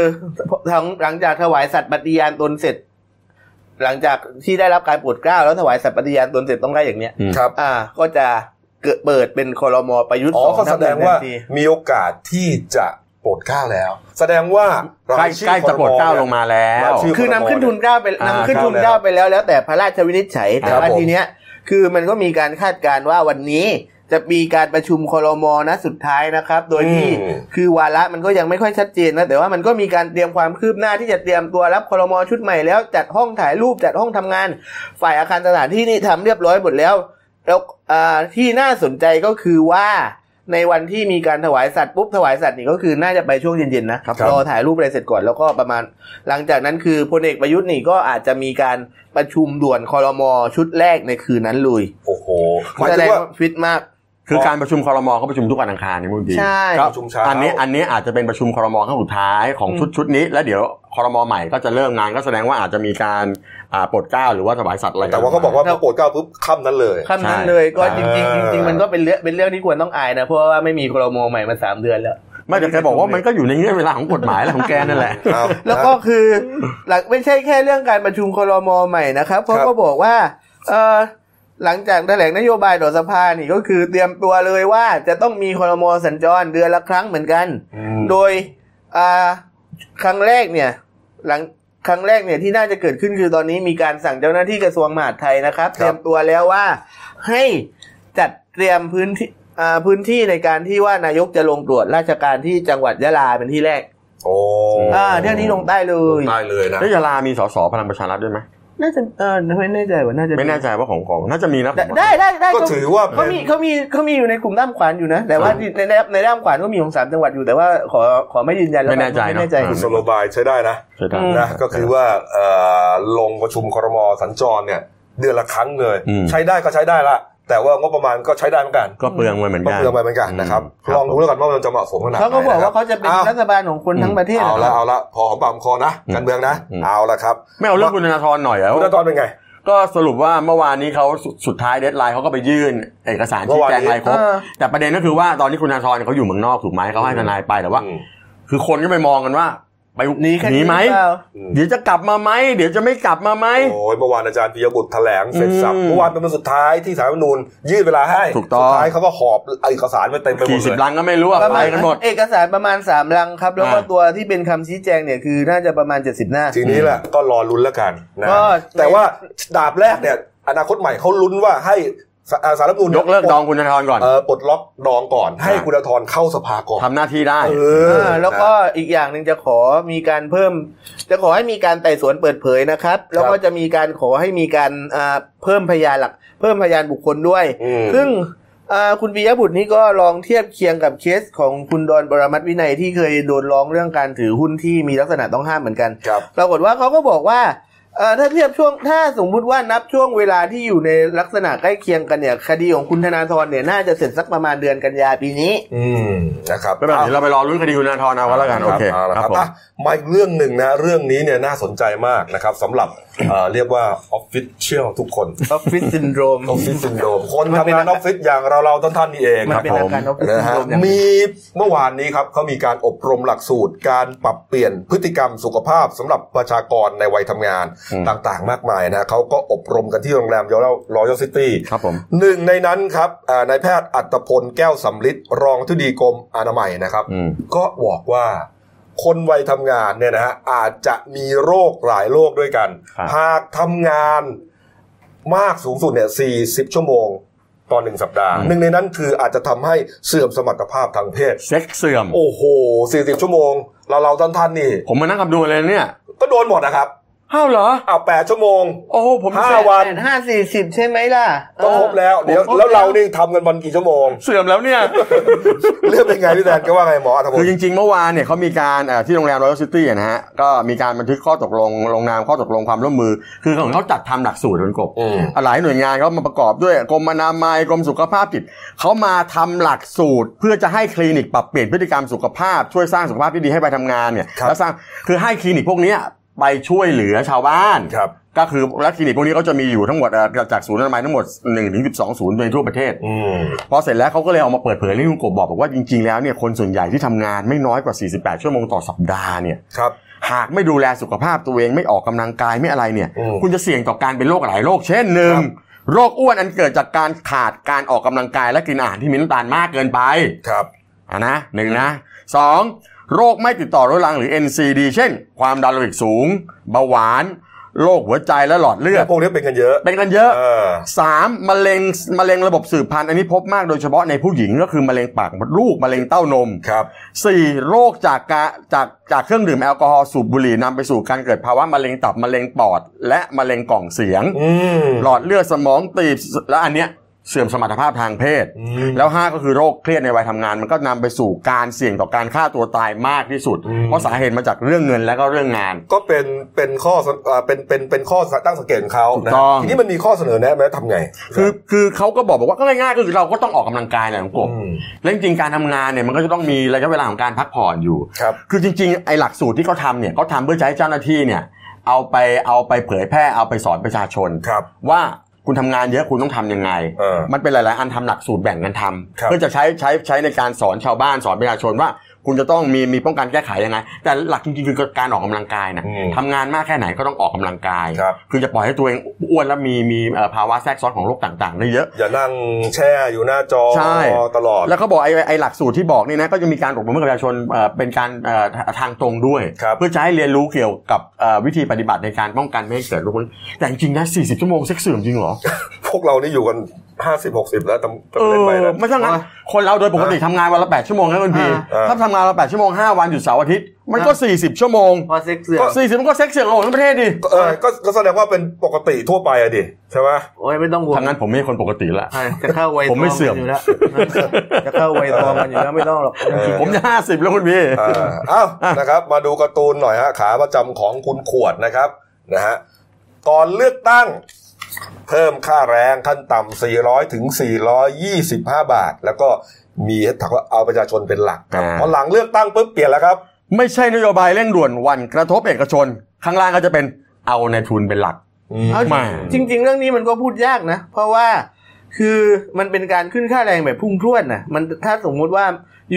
Speaker 3: ทั้งหลังจากถวายสัตย์ปฏิญาณตนเสร็จ หลังจากที่ได้รับการโปรดเกล้าแล้วถวายสัตย์ปฏิญาณตนเสร็จต้องได้อย่างเนี้ย
Speaker 2: อืม
Speaker 1: ครับ
Speaker 3: อ่า ก็จะเกิดเปิดเป็นคลมประยุทธ์
Speaker 1: อ๋อ
Speaker 3: สอง
Speaker 1: เขา
Speaker 3: ทั
Speaker 1: แสด
Speaker 3: บหนึ่
Speaker 1: งว่า
Speaker 3: ทันที
Speaker 1: มีโอกาสที่จะโปรดเกล้าแล้ว แสดงว่า
Speaker 2: ใกล้ใกล้จะปลดเจ้าลงมาแล้
Speaker 1: แล้ว วชื่อ
Speaker 3: คือนำขึ้นทุนเกล้าไป
Speaker 2: อ่าน
Speaker 3: ำขึ้นทุนเกล้าไปแล้วแล้วแต่พระราชวินิจฉัย
Speaker 1: ค
Speaker 3: แต่
Speaker 1: รับ
Speaker 3: ว่า
Speaker 1: ผม
Speaker 3: ทีเนี้ยคือมันก็มีการคาดการณ์ว่าวันนี้จะมีการประชุมครมนะสุดท้ายนะครับ โดยที่
Speaker 1: อืม
Speaker 3: คือวาระมันก็ยังไม่ค่อยชัดเจนนะแต่ว่ามันก็มีการเตรียมความคืบหน้าที่จะเตรียมตัวรับครมชุดใหม่แล้วจัดห้องถ่ายรูปจัดห้องทำงาน ฝ่ายอาคารสถานที่นี่ทำเรียบร้อยหมดแล้วแล้วอ่าที่น่าสนใจก็คือว่าในวันที่มีการถวายสัตว์ปุ๊บถวายสัตว์นี่ก็คือน่าจะไปช่วงเย็นๆนะครับ รอถ่ายรูปอะไรเสร็จก่อนแล้วก็ประมาณ หลังจากนั้นคือพลเอกประยุทธ์นี่ก็อาจจะมีการประชุมด่วนคอรมอชุดแรกในคืนนั้นเลย
Speaker 1: โอ้โหหมาย
Speaker 3: แส
Speaker 1: ถึง
Speaker 3: ดง
Speaker 1: ว่า
Speaker 3: ว่าฟิตมาก
Speaker 2: คือการประชุมคอรมอเขาประชุมทุกวันอังคารนี่พูดจริง
Speaker 3: ใช่
Speaker 2: ครับ
Speaker 1: ประชุมเช้า
Speaker 2: อันนี้อันนี้อาจจะเป็นประชุมคอรมอครั้งสุดท้ายของชุดชุดนี้ แล้วเดี๋ยวคอรมอใหม่ก็จะเริ่มงานก็แสดงว่าอาจจะมีการอ่าปลดเกล้าหรือว่าถวายสัตว์อะไรน
Speaker 1: แต่ว่าเขาบอกว่าพอโปรดเกล้าปุ๊บค่ำนั้นเลย
Speaker 3: ค่ำนั้นเลยก็
Speaker 2: ใช่
Speaker 3: จริงๆจริงๆมันก็เป็นเรื่องเป็นเรื่องที่ควรต้องอายนะ เพราะว่าไม่มีคอรมอใหม่มาสามเดือนแล้ว
Speaker 2: ไม่แต่แกบอกว่ามันก็อยู่ในเงื่อนเวลาของกฎหมายและของแกนั่นแหละ
Speaker 1: เอา
Speaker 3: แล้วก็คือหลักไม่ใช่แค่เรื่องการประชุมคอรมอใหม่นะครับเพราะ
Speaker 1: ครับ
Speaker 3: ก็บอกว่า เอ่อหลังจากแถลงนโยบายต่อสภานี่ก็คือเตรียมตัวเลยว่าจะต้องมีคอรมอสัญจรเดือนละครั้งเหมือนกัน
Speaker 1: อืม
Speaker 3: โดยอ่าครั้งแรกเนี่ย หลังครั้งแรกเนี่ยที่น่าจะเกิดขึ้นคือตอนนี้มีการสั่งเจ้าหน้าที่กระทรวงมหาดไทยนะครับ เตรียมตัวแล้วว่าให้จัดเตรียมพื้นที่อ่าพื้นที่ในการที่ว่านายกจะลงตรวจราชการที่จังหวัดยะลาเป็นที่แรก
Speaker 1: โอ้
Speaker 3: อ่าเที่ยวนี้ลงใต้เล
Speaker 1: ลง
Speaker 3: ย
Speaker 1: ใต้เลยนะ
Speaker 2: แล้วยาลามีสสพลังประชารัฐด้วยไหม
Speaker 3: น่าจะเออไม่แน่ใจว่าน่าจะ
Speaker 2: ไม่แน่ใจว่าของของน่าจะมีนะผมว่า
Speaker 3: ได้ได้ได้
Speaker 1: ก็ถือว่า
Speaker 3: เขามีเขามีเขามีอยู่ในกลุ่มด้ามขวานอยู่นะ แต่ว่าในในในด้ามขวานก็มีของสามจังหวัดอยู่แต่ว่าขอขอไม่ยืนยันแล้วกัไม่แน่ใจ
Speaker 1: กุศโลบายใช้ได้นะ
Speaker 2: ใช่ได้
Speaker 3: อืม
Speaker 1: นะก็คือว่าเอ่อลงประชุมครมสัญจรเนี่ย เดือนละครั้งเลย ใช้ได้ก็ใช้ได้ละแต่ว่างบประมาณก็ใช้ได้เหมือนกัน
Speaker 2: ก็เปลืองไปเหมือน
Speaker 1: ก็
Speaker 2: กัน
Speaker 1: เพื่อไปเหมือนกันนะครับ
Speaker 2: ม
Speaker 1: ลองดูแล้วกันว่ามันจะเหมาะสมขนาดไหน
Speaker 3: เขาก็บอกว่า
Speaker 1: นะครั
Speaker 3: เขาจะเป็น
Speaker 1: อ้าว
Speaker 3: รัฐบาลของคนทั้งประเทศ
Speaker 1: เอา
Speaker 3: เหร
Speaker 1: ละ
Speaker 3: อ
Speaker 1: เอาละพอหอมปากหอมคอนะการเมืองนะ เอาละครับ
Speaker 2: ไม่เอาเรื่องคุณธนาธรหน่อยแล้ว
Speaker 1: คุณธนาธรเป็นไง
Speaker 2: ก็สรุปว่าเมื่อวานนี้เขาสุสุดท้ายเดทไลน์เขาก็ไปยื่นเอกสารชี้แจง
Speaker 1: เมื่อวานนี้
Speaker 2: รายครบ
Speaker 3: เออ
Speaker 2: แต่ประเด็นก็คือว่าตอนนี้คุณธนาธรเขาอยู่เมืองนอกถูกไหมเขาให้ทนายไปแต่ว่า
Speaker 1: อืม
Speaker 2: คือคนก็ไปมองกันว่า ไปหนี
Speaker 3: แค่
Speaker 2: หนีไหม
Speaker 3: รือเปล่า
Speaker 1: อืม
Speaker 2: เดี๋ยวจะกลับมาไหมเดี๋ยวจะไม่กลับมาไหม
Speaker 1: โอ้ยเมื่อวานอาจารย์ปิยบุตรแถลงเสร็จสับ
Speaker 2: อืม
Speaker 1: เมื่อวานเป็นวันสุดท้ายที่สารรัฐธรรมนูญยืดเวลาให้
Speaker 2: ถูกต้อง
Speaker 1: สุดท้ายเขาก็หอบเอกสารไปเต็มไปหมด
Speaker 2: กี่
Speaker 1: เล
Speaker 2: สิบ
Speaker 1: ย
Speaker 2: ลังก็ไม่รู้อะ
Speaker 3: ประ
Speaker 2: ไป
Speaker 3: มาณ
Speaker 2: กันหมด
Speaker 3: เอกสารประมาณสามลังครับ แล้วก็
Speaker 2: อ่า
Speaker 3: ตัวที่เป็นคำชี้แจงเนี่ยคือน่าจะประมาณเจ็ดสิบหน้า
Speaker 1: ทีนี้แหละก็รอลุ้นแล้วกันนะ
Speaker 3: ก็
Speaker 1: แต่ว่าดาบแรกเนี่ย อนาคตใหม่เขาลุ้นว่าให้สาสารรัฐธรรมนูญ
Speaker 2: ยกเลิกดองคุณธนาธรก่อน
Speaker 1: เอ่อปลดล็อกดองก่อน ให้
Speaker 2: อ่า
Speaker 1: คุณธนาธรเข้าสภาก่อน
Speaker 2: ทำหน้าที่ได้
Speaker 1: เอ
Speaker 3: เอ
Speaker 1: อ
Speaker 3: อแล้วก็อีกอย่างหนึ่งจะขอมีการเพิ่ม จะขอให้มีการไต่สวนเปิดเผยนะครับ แล้วก็จะมีการขอให้มีการอ่าเพิ่มพยานหลัก เพิ่มพยานบุคคลด้วย
Speaker 1: อืม
Speaker 3: ซึ่งอ่าคุณปิยบุตรนี่ก็ลองเทียบเคียงกับเคสของคุณดอนปรมัตถวินัยที่เคยโดนร้องเรื่องการถือหุ้นที่มีลักษณะต้องห้ามเหมือนกัน
Speaker 1: ครับ
Speaker 3: ปรากฏว่าเขาก็บอกว่าเอ่อถ้าเทียบช่วงถ้าสมมุติว่านับช่วงเวลาที่อยู่ในลักษณะใกล้เคียงกันเนี่ยคดีของคุณธนาธรเนี่ยน่าจะเสร็จสักประมาณเดือนกันยาปีนี้
Speaker 1: อืมนะครับ
Speaker 2: ไม่เป็นไรเดี๋ยวเราไปรอรุ้นคดีคุณธนาธรเอาก็แล้วกันโอเค
Speaker 1: าละ
Speaker 2: ครับผม
Speaker 1: อ่ะมาอีกเรื่องหนึ่งนะ เรื่องนี้เนี่ยน่าสนใจมากนะครับสำหรับเอ่อเรียกว่าออฟฟิศเชี่ยวทุกคน
Speaker 3: ออฟฟิศซินโดรม
Speaker 1: ออฟฟิศซินโดรมคน
Speaker 3: มันเป็
Speaker 1: ทำ
Speaker 3: น
Speaker 1: งานออฟฟิศอย่างเราเราๆท่านๆนี่เอง
Speaker 3: มัน
Speaker 1: ครับ
Speaker 3: เป็น
Speaker 1: ผ
Speaker 3: อาม การออฟฟิศซิ
Speaker 1: นะ
Speaker 3: น
Speaker 1: ฮะ
Speaker 3: โดรมอย่างหนึ่ง
Speaker 1: มีเมื่อวานนี้ครับเขามีการอบรมหลักสูตร การปรับเปลี่ยนพฤติกรรมสุขภาพสำหรับประชากรในวัยทำงานต่างๆ มากมายนะเขาก็อบรมกันที่โรงแรมยอร์รอยัลซิตี้
Speaker 2: ครับผม
Speaker 1: หนึ่งในนั้นครับอ่านายแพทย์อัตพลแก้วสำลิดรองทุดีกรมอนามัยนะครับ
Speaker 2: อืม
Speaker 1: ก็บอกว่าคนวัยทำงานเนี่ยนะฮะอาจจะมีโรคหลายโรคด้วยกัน
Speaker 2: ครับ
Speaker 1: หากทำงานมากสูงสุดเนี่ย 40 ชั่วโมงต่อหนึ่งสัปดาห์ หนึ่งในนั้นคืออาจจะทำให้เสื่อมสมรรถภาพทางเพศ
Speaker 2: เซ็กเสื่อม
Speaker 1: โอ้โห 40 ชั่วโมง เราเราๆท่านท่านๆนี่
Speaker 2: ผมมานั่งคำนวณเลยเนี่ย
Speaker 1: ก็โดนหมดนะครับ
Speaker 2: อ้าวเหรอ
Speaker 1: อ้าว8ชั่วโมง
Speaker 2: โอ้โหผม
Speaker 1: ห้า
Speaker 2: เสื่อม
Speaker 1: วัน
Speaker 3: แปดห้าสี่สิบใช่ไหมล่ะ
Speaker 1: ก็ครบแล้วเดี๋ยว
Speaker 3: ผมคบ
Speaker 1: แล้วเรานี่ทำกันวันกี่ชั่วโมง
Speaker 2: เสื่อมแล้วเนี่ย
Speaker 1: เรื่องเป็นไงพี่แดนก็ว่าไงหมออัธพล
Speaker 2: คือจริงๆ เมื่อวานเนี่ยเขามีการเอ่อที่โรงแรมรอยัลซิตี้นะฮะก็มีการบันทึกข้อตกลงลงนามข้อตกลงความร่วมมือ คือของเขาจัดทำหลักสูตรเป็นกบ
Speaker 1: อืม
Speaker 2: หลายหน่วยงานเขามาประกอบด้วยกรมอนามัยกรมสุขภาพจิตเขามาทำหลักสูตร เพื่อจะให้คลินิกปรับเปลี่ยนพฤติกรรมสุขภาพ ช่วยสร้างสุขภาพที่ดีให้ไปทำงานเนี่ยและสร้างคือให้คลินิกพวกเนี้ยไปช่วยเหลือชาวบ้าน
Speaker 1: ครับ
Speaker 2: ก็คือและคลินิกพวกนี้ก็จะมีอยู่ทั้งหมดเอ่อจากศูนย์อนามัยทั้งหมด1ถึง12 ศูนย์ในทั่วประเทศ
Speaker 1: อืม
Speaker 2: พอเสร็จแล้วเขาก็เลยออกมาเปิดเผยเรื่องที่คุณกบบอกบอกว่าจริงๆ แล้วเนี่ยคนส่วนใหญ่ที่ทำงานไม่น้อยกว่า 48 ชั่วโมงต่อสัปดาห์เนี่ย
Speaker 1: ครับ
Speaker 2: หากไม่ดูแลสุขภาพตัวเองไม่ออกกำลังกายไม่อะไรเนี่ย
Speaker 1: อืม
Speaker 2: คุณจะเสี่ยงต่อการเป็นโรคหลายโรคเช่นหนึ่ง
Speaker 1: ครับ
Speaker 2: โรคอ้วนอันเกิดจากการขาดการออกกำลังกายและกินอาหารที่มีน้ำตาลมากเกินไป
Speaker 1: ครับ
Speaker 2: อ่ะนะหนึ่งนะสองโรคไม่ติดต่อเรื้อรังหรือ NCD เช่น ความดันโลหิตสูง เบาหวาน โรคหัวใจและหลอดเลือด
Speaker 1: พวกนี้เป็นกันเยอะ
Speaker 2: เป็นกันเยอะ
Speaker 1: เออ
Speaker 2: สามมะเร็งมะเร็งระบบสืบพันธุ์อันนี้พบมากโดยเฉพาะในผู้หญิงก็คือมะเร็งปากมดลูกมะเร็งเต้านม
Speaker 1: ครับ
Speaker 2: สี่โรคจากกาจากจากเครื่องดื่มแอลกอฮอล์สูบบุหรี่นำไปสู่การเกิดภาวะมะเร็งตับมะเร็งปอด และมะเร็งกล่องเสียง
Speaker 1: อืม
Speaker 2: หลอดเลือดสมองตีบและอันเนี้ยเสื่อมสมรรถภาพทางเพศ
Speaker 1: อืม
Speaker 2: แล้ว 5 ก็คือโรคเครียดในวัยทำงาน มันก็นำไปสู่การเสี่ยงต่อการฆ่าตัวตายมากที่สุด
Speaker 1: อืม
Speaker 2: เพราะสาเหตุมาจากเรื่องเงินและก็เรื่องงาน
Speaker 1: ก็เป็นเป็นข้อสเอ่อเป็นเป็นเป็นข้อตั้งสังเกตของเขา
Speaker 2: ถูก
Speaker 1: นะ
Speaker 2: ต้อง
Speaker 1: ทีนี้มันมีข้อเสนอแนะไหมทำไง
Speaker 2: คือคือเขาก็บอกบอกว่าก็ง่ายๆก็คือเราก็ต้องออกกำลังกายแหละของกบ
Speaker 1: ม
Speaker 2: และจริงๆการทำงานเนี่ยมันก็จะต้องมีระยะเวลาของการพักผ่อนอยู่
Speaker 1: ครับ
Speaker 2: คือจริงๆไอ้หลักสูตรที่เขาทำเนี่ยเขาทำเพื่อจะให้เจ้าหน้าที่เนี่ยเอาไปเอาไปเผยแพร่เอาไปสอนประชาชน
Speaker 1: ครับ
Speaker 2: ว่าคุณทำงานเยอะคุณต้องทำยังไง
Speaker 1: เออ
Speaker 2: มันเป็นหลายๆ อันทำหลักสูตรแบ่งกันทำ
Speaker 1: ครับ
Speaker 2: เพื่อจะใช้ใช้ใช้ในการสอนชาวบ้านสอนประชาชนว่า คุณจะต้องมีมีป้องกันแก้ไขยังไง แต่หลักจริงๆคือการออกกำลังกายนะ
Speaker 1: อืม
Speaker 2: ทำงานมากแค่ไหนก็ต้องออกกำลังกาย
Speaker 1: ครับ
Speaker 2: อจะปล่อยให้ตัวเองอ้วนแล้วมีมีเอ่อภาวะแทรกซ้อนของโรคต่างๆได้เยอะ
Speaker 1: อย่านั่งแช่อยู่หน้าจอ
Speaker 2: ใช่
Speaker 1: ตลอด
Speaker 2: แล้วเขาบอกไอ้ไอ้หลักสูตรที่บอกนี่นะก็จะมีการอบรมให้กับประชาชนเอ่อเป็นการเอ่อทางตรงด้วย
Speaker 1: ครับ
Speaker 2: เพื่อจะให้เรียนรู้เกี่ยวกับเอ่อวิธีปฏิบัติในการป้องกันไม่ให้เกิดโรคนี้แต่จริงๆนะ 40 ชั่วโมงเซ็กเสื่อมจริงเหรอ
Speaker 1: พวกเรานี่อยู่กันห้าสิบหกสิบแล้วตำ
Speaker 2: เอ
Speaker 1: ตำ
Speaker 2: อ
Speaker 1: เล่นไปนะ
Speaker 2: ไม่ใช่งั้นคนเราโดยปกติทำงานวันละ 8 ชั่วโมงนะคุณพี
Speaker 3: อ่า
Speaker 1: เออ
Speaker 2: ถ้าทำงานวันละ 8 ชั่วโมง 5 วันหยุดเสาร์อาทิตย์มันก็ 40 ชั่วโมง
Speaker 3: พอเซ็กเสื่อม
Speaker 2: 40 มันก็เซ็กเสื่อมของทั้งประเทศดิ
Speaker 1: ก็เออก็ก็แสดงว่าเป็นปกติทั่วไปอะดิใช่ไหม
Speaker 3: โอ้ยไม่ต้องห่วง
Speaker 2: ทางนั้นผมไม่ใช่คนปกติละ
Speaker 3: อ่ะจะเข้าวัย
Speaker 2: ผมไม่
Speaker 3: ทอง
Speaker 2: เสื่อม
Speaker 3: ยู่แล้วจะเข้าวัยทองกันอยู่แล้วไม่ต้องหรอก
Speaker 2: ผมจะ 50 แล้วคุณพี่
Speaker 1: อ่าเอ้านะครับ มาดูการ์ตูนหน่อยฮะขาประจำของคุณขวดนะครับนะฮะก่อนเลือกตั้ง เพิ่มค่าแรงขั้นต่ำ400 ถึง 425 บาท แล้วก็มีให้ถักว่าเอาประชาชนเป็นหลักครับ
Speaker 2: อ่า
Speaker 1: พอหลังเลือกตั้งปุ๊บเปลี่ยนแล้วครับ
Speaker 2: ไม่ใช่นโยบายเร่งด่วนวันกระทบเอกชน ข้างล่างก็จะเป็นเอาในทุนเป็นหลัก
Speaker 3: เอา
Speaker 2: ไม่
Speaker 3: จริง ๆ เรื่องนี้มันก็พูดยากนะ เพราะว่าคือมันเป็นการขึ้นค่าแรงแบบพุ่งพรวดนะมันถ้าสมมุติว่า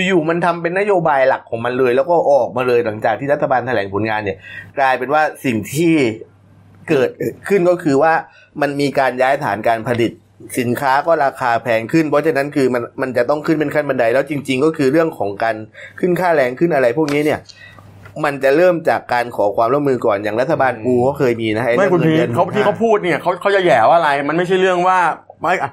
Speaker 3: อยู่ๆมันทำเป็นนโยบายหลักของมันเลย แล้วก็ออกมาเลยหลังจากที่รัฐบาลแถลงผลงานเนี่ย กลายเป็นว่าสิ่งที่เกิดขึ้นก็คือว่ามันมีการย้ายฐานการผลิตสินค้าก็ราคาแพงขึ้น เพราะฉะนั้นคือมันมันจะต้องขึ้นเป็นขั้นบันไดแล้วจริง ๆ ก็คือเรื่องของการขึ้นค่าแรงขึ้นอะไรพวกนี้เนี่ย มันจะเริ่มจากการขอความร่วมมือก่อนอย่างรัฐบาลกูก็เคยมีนะอ้
Speaker 2: ไม่
Speaker 3: เรื่อง
Speaker 2: คุณพี
Speaker 3: งินดือน
Speaker 2: เขาที่เขาพูดเนี่ยเขาเขาจะแหย่ว่าอะไร มันไม่ใช่เรื่องว่าไม่อะ